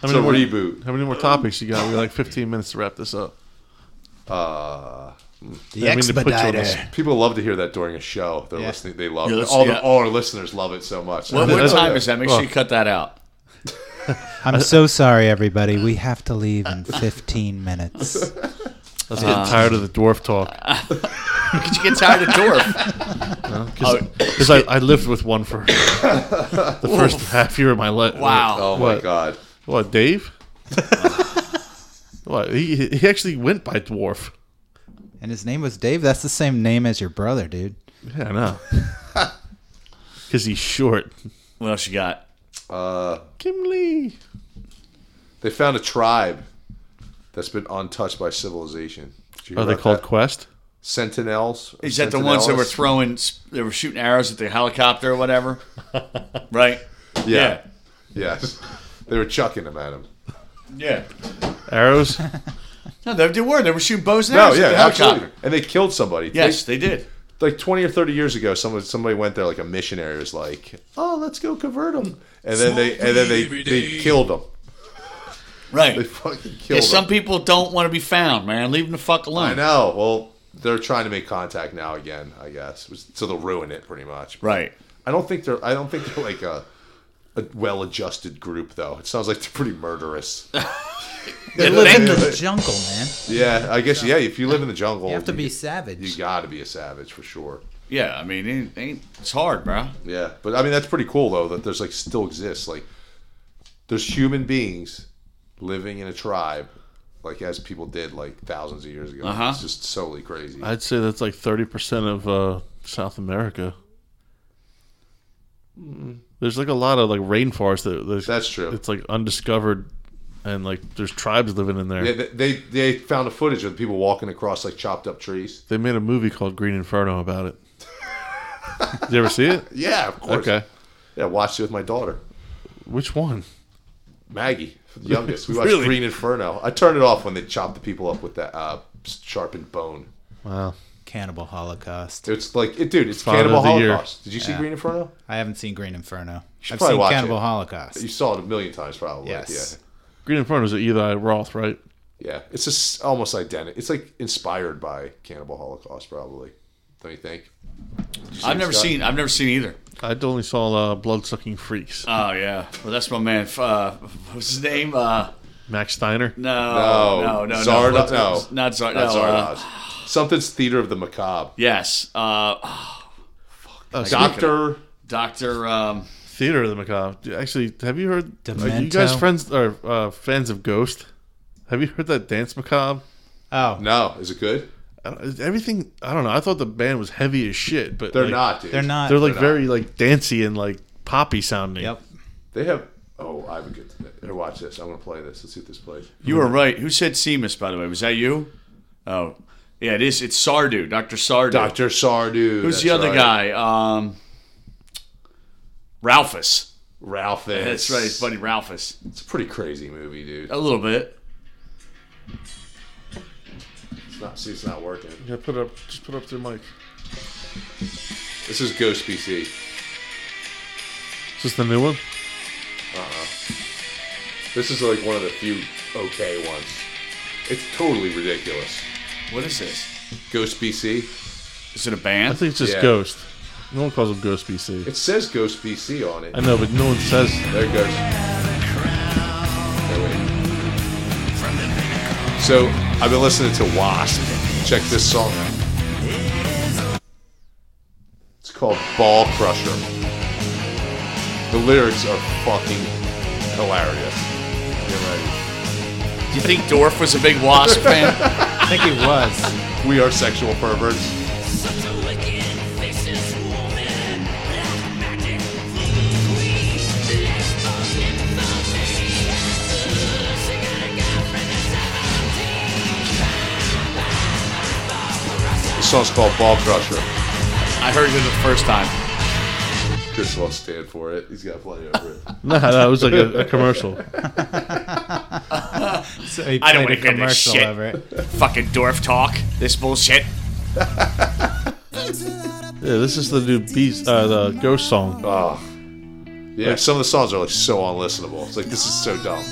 How
It's a
more,
reboot.
How many more topics you got? We got like fifteen minutes to wrap this up.
Uh,
The
I mean to put you on the
expediter.
people love to hear that during a show. They're listening. They love
Yeah,
it.
let's-
All, the,
yeah.
all our listeners love it so much.
What, what time is that? Make sure
Well.
you cut that out.
I'm so sorry, everybody. We have to leave in 15 minutes.
I was getting tired of the dwarf talk
Could you get tired of Dorf?
because I, I lived with one for the first half year of my life.
Wow.
Oh my
What?
god!
What, Dave? what? He he actually went by dwarf.
And his name was Dave. That's the same name as your brother, dude.
Yeah, I know. Because he's short.
What else you got?
Kimley.
Uh, They found a tribe that's been untouched by civilization. Did you hear
Are they
about
called
that?
Quest?
Sentinels?
Is that the ones that were
Sentinels?
throwing? They were shooting arrows at the helicopter or whatever, right?
Yeah. Yes. They were chucking them at him.
Yeah.
Arrows?
No, they, they were. They were shooting bows and
No,
arrows
yeah,
at the helicopter.
absolutely. And they killed somebody.
Yes, they did.
They- like 20 or 30 years ago, someone somebody went there like a missionary was like, "Oh, let's go convert them." And then they and then they they killed them.
Right.
They fucking
Yeah,
killed
some
them.
people don't want to be found, man. Leave them the fuck alone.
I know. Well, they're trying to make contact now again, I guess. It was- So they'll ruin it pretty much.
Right.
I don't think they're I don't think they're like a a well-adjusted group though. It sounds like they're pretty murderous.
They
In
live
the jungle, man.
Yeah, I guess yeah, if you live in the jungle,
You have to be
You
savage.
got to be a savage for sure.
yeah, I mean, it ain't, it's hard, bro.
Yeah, but I mean that's pretty cool though that there's like still exists like there's human beings living in a tribe like as people did like thousands of years ago.
Uh-huh.
It's just totally crazy.
I'd say that's like 30% of uh, South America. There's like a lot of like rainforest that there's,
That's true.
It's like undiscovered and like there's tribes living in there.
Yeah, they, they they found a footage of people walking across like chopped up trees.
They made a movie called Green Inferno about it. Did you ever see it?
Yeah, of course.
Okay.
Yeah, watched it with my daughter
Which one?
Maggie, the youngest. We watched
Really?
Green Inferno. I turned it off when they chopped the people up with that uh, sharpened bone.
Wow.
Cannibal Holocaust.
It's like, it, dude, it's Cannibal Holocaust. Did you see
Yeah.
Green Inferno?
I haven't seen Green Inferno.
You should
I've
probably
seen
watch
Cannibal
it.
Holocaust.
You saw it a million times, probably.
Yes.
Green Inferno is Eli Roth, right?
Yeah. Yeah. It's just almost identical. It's like inspired by Cannibal Holocaust, probably. Don't you think? Did you see
I've
it,
never
Scott?
seen. I've never seen either.
I only saw uh, Bloodsucking Freaks.
Uh,
Oh yeah, well that's my man. F- Uh, what was his name? Uh,
Max Steiner.
no, no, no, no,
Zardo-
What's-
no.
not Zardoz.
Not
No, uh,
Zardoz. Something's Theater of the Macabre.
yes, uh, oh, fuck, I can't think of
Doctor.
it. Doctor. Um,
Theater of the Macabre. Dude, Actually, have you heard? Are you
Demento?
guys friends or uh, fans of Ghost? Have you heard that Dance Macabre?
Oh
No. Is it good?
I don't- is everything. I don't know. I thought the band was heavy as shit, but
They're
like,
not, dude.
They're not.
They're like
They're
very like dancey and like poppy sounding.
Yep.
They have. Oh, I have a good. Here, watch this. I'm gonna play this. Let's see if this plays.
you were right. Who said Seamus? By the way, was that you? Oh, yeah, it is. It's Sardu, Doctor Sardu.
Doctor Sardu.
Who's
that's
the other
right.
guy? Um, Ralphus.
Ralphus.
That's right, his buddy Ralphus.
It's a pretty crazy movie, dude.
A little bit.
It's not. See, it's not working.
Yeah, put up. Just put up their mic.
This is Ghost PC.
Is this the new one?
Uh-uh. This is like one of the few okay ones. It's totally ridiculous.
What is this?
Ghost BC.
Is it a band?
I think it's just
Yeah.
Ghost. No one calls him Ghost BC.
It says Ghost BC on it.
I know, but no one says.
There it goes. There we go. So I've been listening to Wasp. Check this song out. It's called Ball Crusher. The lyrics are fucking hilarious. Get ready.
Do you think Dorf was a big Wasp fan?
I think he was.
We are sexual perverts. This song's called Ball Crusher.
I heard it the first time.
Chris won't stand for it. He's got to play over it.
No, that was like a, a commercial.
So he
I don't
played
want to hear
a
this
commercial
shit.
over it.
Fucking Dorf talk. This bullshit.
Yeah, this is the new beast, uh, the Ghost song.
Oh. Yeah, some of the songs are like so unlistenable. It's like this is so dumb.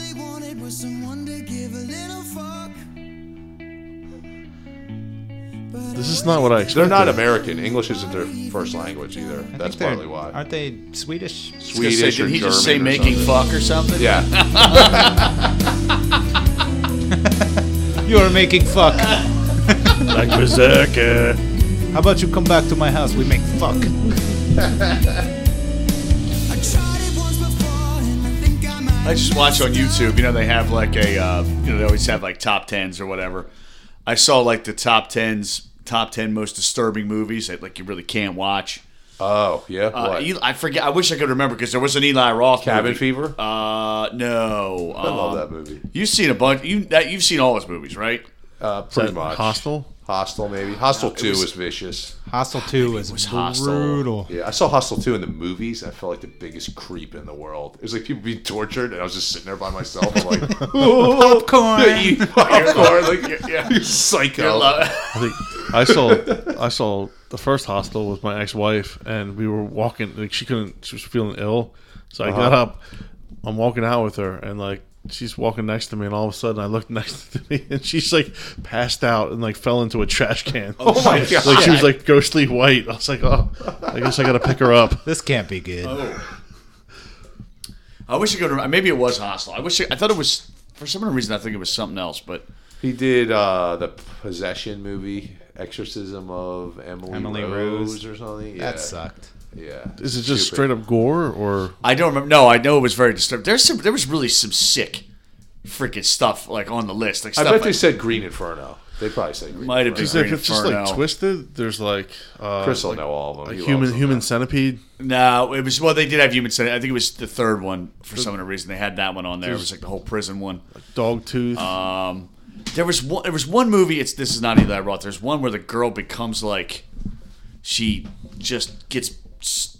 This is not what I
They're
expected.
not American. English isn't their first language either.
I
That's
think they're-
partly why.
Aren't they Swedish?
Swedish
Say, did
or
he
German
just say
or
making
something.
fuck or something?
Yeah.
You're making fuck. How
like Berserker.
about you come back to my house? We make fuck.
I just watch on YouTube. You know they have like a, uh, you know they always have like top tens or whatever. I saw like the top tens, top ten most disturbing movies that like you really can't watch.
Oh yeah.
Uh,
what?
Eli, I forget. I wish I could remember because there was an Eli Roth.
Cabin
movie.
Fever.
Uh, no. Um,
I love that movie.
You've seen a bunch. You that you've seen all his movies, right?
Uh, pretty much.
Hostile.
Hostile maybe. Hostile Two
was-
was, vicious.
Hostel 2 was,
was Hostel.
brutal.
Yeah, I saw Hostile Two in the movies. I felt like the biggest creep in the world. It was like people being tortured, and I was just sitting there by myself. I'm like,
Oh. Popcorn.
you popcorn, like
Yeah.
you psycho.
I think I saw I saw the first hostel with my ex-wife, and we were walking. Like she couldn't, she was feeling ill, so I
Uh-huh.
got up. I'm walking out with her, and like she's walking next to me, and all of a sudden I looked next to me, and she's like passed out and like fell into a trash can.
Oh my god!
Like she was like ghostly white. I was like, oh, I guess I gotta pick her up.
This can't be good.
I wish I could. Remember. Maybe it was Hostile. I wish. I, I thought it was for some reason. I think it was something else. But
He did uh, the Possession movie, Exorcism of Emily,
Emily Rose.
Rose, or something. Yeah.
That sucked.
Yeah.
Is it just straight up gore or?
I don't remember. No, I know it was very disturbing. There's some. There was really some sick, freaking stuff like on the list. Like
I
stuff
bet
like,
they said Green Inferno. They probably said Green
Might have
Inferno.
been.
It's like, it's just like
Inferno.
twisted. There's like uh,
Chris will
like,
know all of them.
a
He
human
loves them.
human centipede.
no. It was well. They did have human. Centipede. I think it was the third one for some other reason. They had that one on there. It was like the whole prison one.
Dog tooth.
Um, there was one. There was one movie. It's this is not Eli Roth. There's one where the girl becomes like, she just gets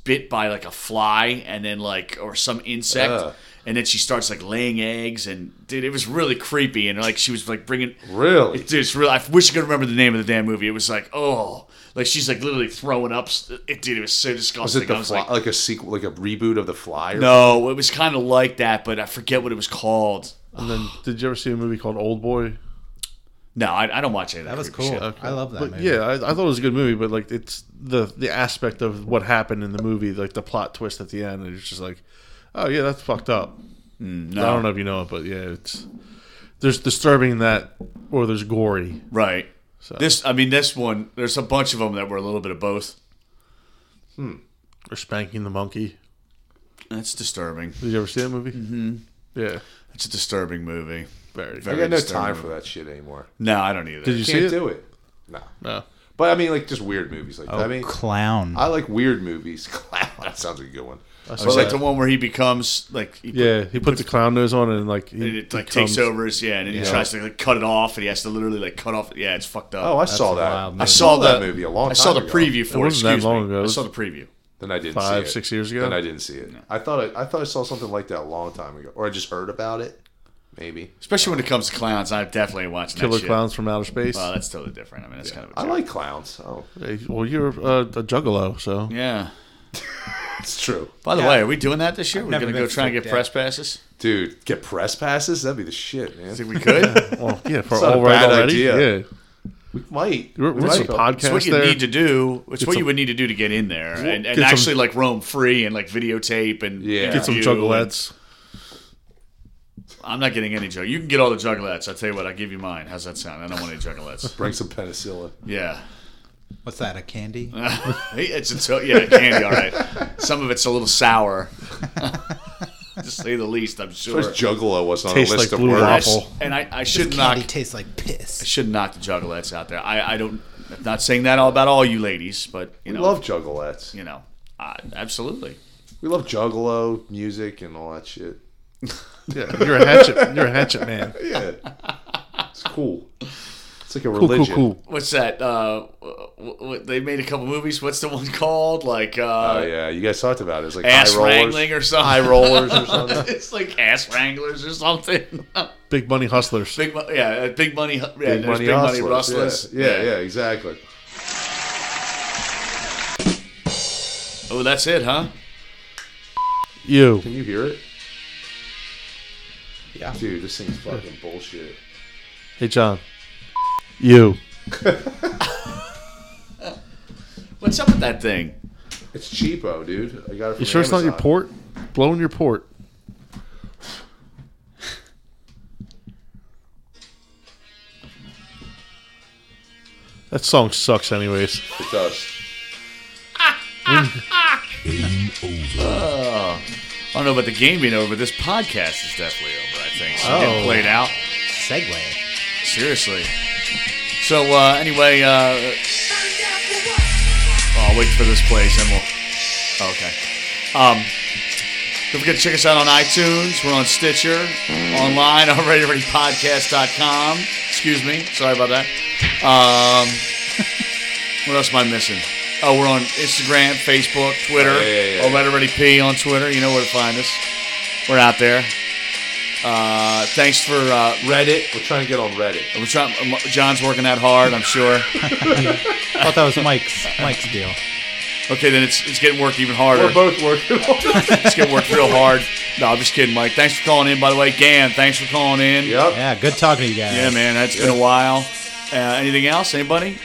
bit by like a fly and then like or some insect.
Ugh.
And then she starts like laying eggs, and dude, it was really creepy. And like she was like bringing,
Really?
It- dude, it's real. I wish I could remember the name of the damn movie. It was like, oh, Like she's like literally throwing up. It dude, it was so disgusting.
Was it
I
the
was
fly, like, a sequel, like a reboot of the Fly? or
No, it was kind of like that, but I forget what it was called.
And then, did you ever see a movie called Old Boy?
No, I, I don't watch any of that. creepy shit.
Okay.
I love that
But
movie.
Yeah, I, I thought it was a good movie, but like it's the the aspect of what happened in the movie, like the plot twist at the end, and it's just like, oh yeah, that's fucked up.
Mm, no.
I don't know if you know it, but yeah, it's there's disturbing that, or there's gory.
Right. This, I mean, this one. There's a bunch of them that were a little bit of both.
Hmm. Or spanking the monkey.
That's disturbing.
Did you ever see that movie?
Mm-hmm.
Yeah,
it's a disturbing movie.
Very.
I got no time for that shit anymore.
No, I don't either.
Did you
Can't
see it? Oh.
do it. No.
No.
But I mean, like just weird movies like that.
Oh,
I mean,
clown.
I like weird movies. Clown. That sounds like a good one.
I
It's
saw
like
that.
the one where he becomes like he
yeah, he puts the clown nose on and like he
and it like
becomes-
takes over his yeah, and then he
Yeah.
tries to like, cut it off, and he has to literally like cut off. Yeah, it's fucked up.
Oh, I saw that.
I saw that
movie a long time
I saw the
ago.
preview for it.
wasn't that
excuse me.
long ago.
I saw the preview.
Then I didn't
Five,
see it.
six years ago?
Then I didn't see it. I thought I, I thought I saw something like that a long time ago, or I just heard about it. Maybe.
Especially when it comes to clowns, I've definitely watched that
Killer
shit.
Clowns from Outer Space.
Well, that's totally different. I mean, that's kind of. A
I like clowns. Oh,
Hey, Well, you're uh, a juggalo, so
yeah.
it's true.
By the
Yeah.
way, are we doing that this year? We're
never
gonna
been
go try and
freaked
get
out.
press passes.
Dude, get press passes? That'd be the shit, man.
Think we could?
Well, yeah, for
It's not a
all right
bad
already.
idea.
Yeah,
We might.
We're-
We
we're
might.
a podcast
It's what you
there.
need to do. It's
Get
what you
some-
would need to do to get in there and,
Get
and
some-
actually like roam free and like videotape and
Yeah.
get some
interview and-
juggalettes.
I'm not getting any juggle. You can get all the juggalettes. I tell you what, I'll give you mine. How's that sound? I don't want any juggalettes.
Bring some penicillin.
Yeah.
What's that? A candy?
it's a to- yeah, candy, all right. Some of it's a little sour. to say the least, I'm sure.
First juggalo wasn't
Tastes
on a list
like
of
blue
words.
waffle.
And I, I
This
should knock
candy tastes like piss.
I should knock the juggalettes out there. I, I don't I'm not saying that all about all you ladies, but you
We
know
love juggalettes.
you know. Uh, absolutely.
We love juggalo music and all that shit.
Yeah, you're a hatchet. You're a hatchet man.
Yeah, it's cool. It's like a
Cool, cool,
religion.
cool.
What's that? Uh, w- w- they made a couple movies. What's the one called? Like uh,
Oh yeah, you guys talked about it. It's like
ass
eye rollers,
wrangling or something.
eye rollers or something.
it's like ass wranglers or something.
Big money hustlers.
big, mo- yeah, uh, big money, yeah,
Big
there's
money,
big money
hustlers.
rustlers.
Yeah, yeah, yeah, exactly.
Oh, that's it, huh?
you.
Can you hear it? Yeah, dude, this thing's fucking bullshit.
Hey, John. You.
What's up with that thing?
It's cheapo, dude. I got it. From
You sure it's not your
Amazon.
port? Blowing your port. That song sucks, anyways.
It does.
I don't know about the game being over, but this podcast is definitely over. I think so. Getting
Oh.
played out.
Segway.
Seriously. So uh, anyway, uh, I'll wait for this place and we'll. oh, okay. Um, don't forget to check us out on iTunes. We're on Stitcher, online on RadioReadyPodcast.com. Excuse me. Sorry about that. Um, what else am I missing? Oh, we're on Instagram, Facebook, Twitter.
Oh, yeah, yeah, yeah,
All Right Already P on Twitter. You know where to find us. We're out there. Uh, thanks for uh,
Reddit. We're trying to get on Reddit.
we're trying, um, John's working that hard, I'm sure.
I thought that was Mike's Mike's deal.
Okay, then it's, it's getting worked even harder.
We're both working. on it.
It's getting worked real hard. No, I'm just kidding, Mike. Thanks for calling in, by the way. Gan, thanks for calling in.
Yep.
Yeah, good talking to you guys.
Yeah, man, that's been a while. Uh, anything else? Anybody?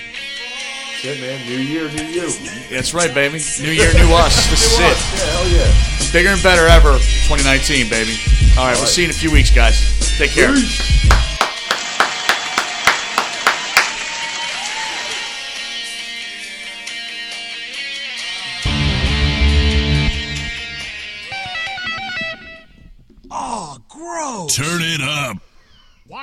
Shit, man. New year, new you.
That's right, baby. New year, new us. This
Yeah,
is
hell yeah.
it. Bigger and better ever, 2019, baby. All right, we'll see you in a few weeks, guys. Take care.
Oh, gross.
Turn it up.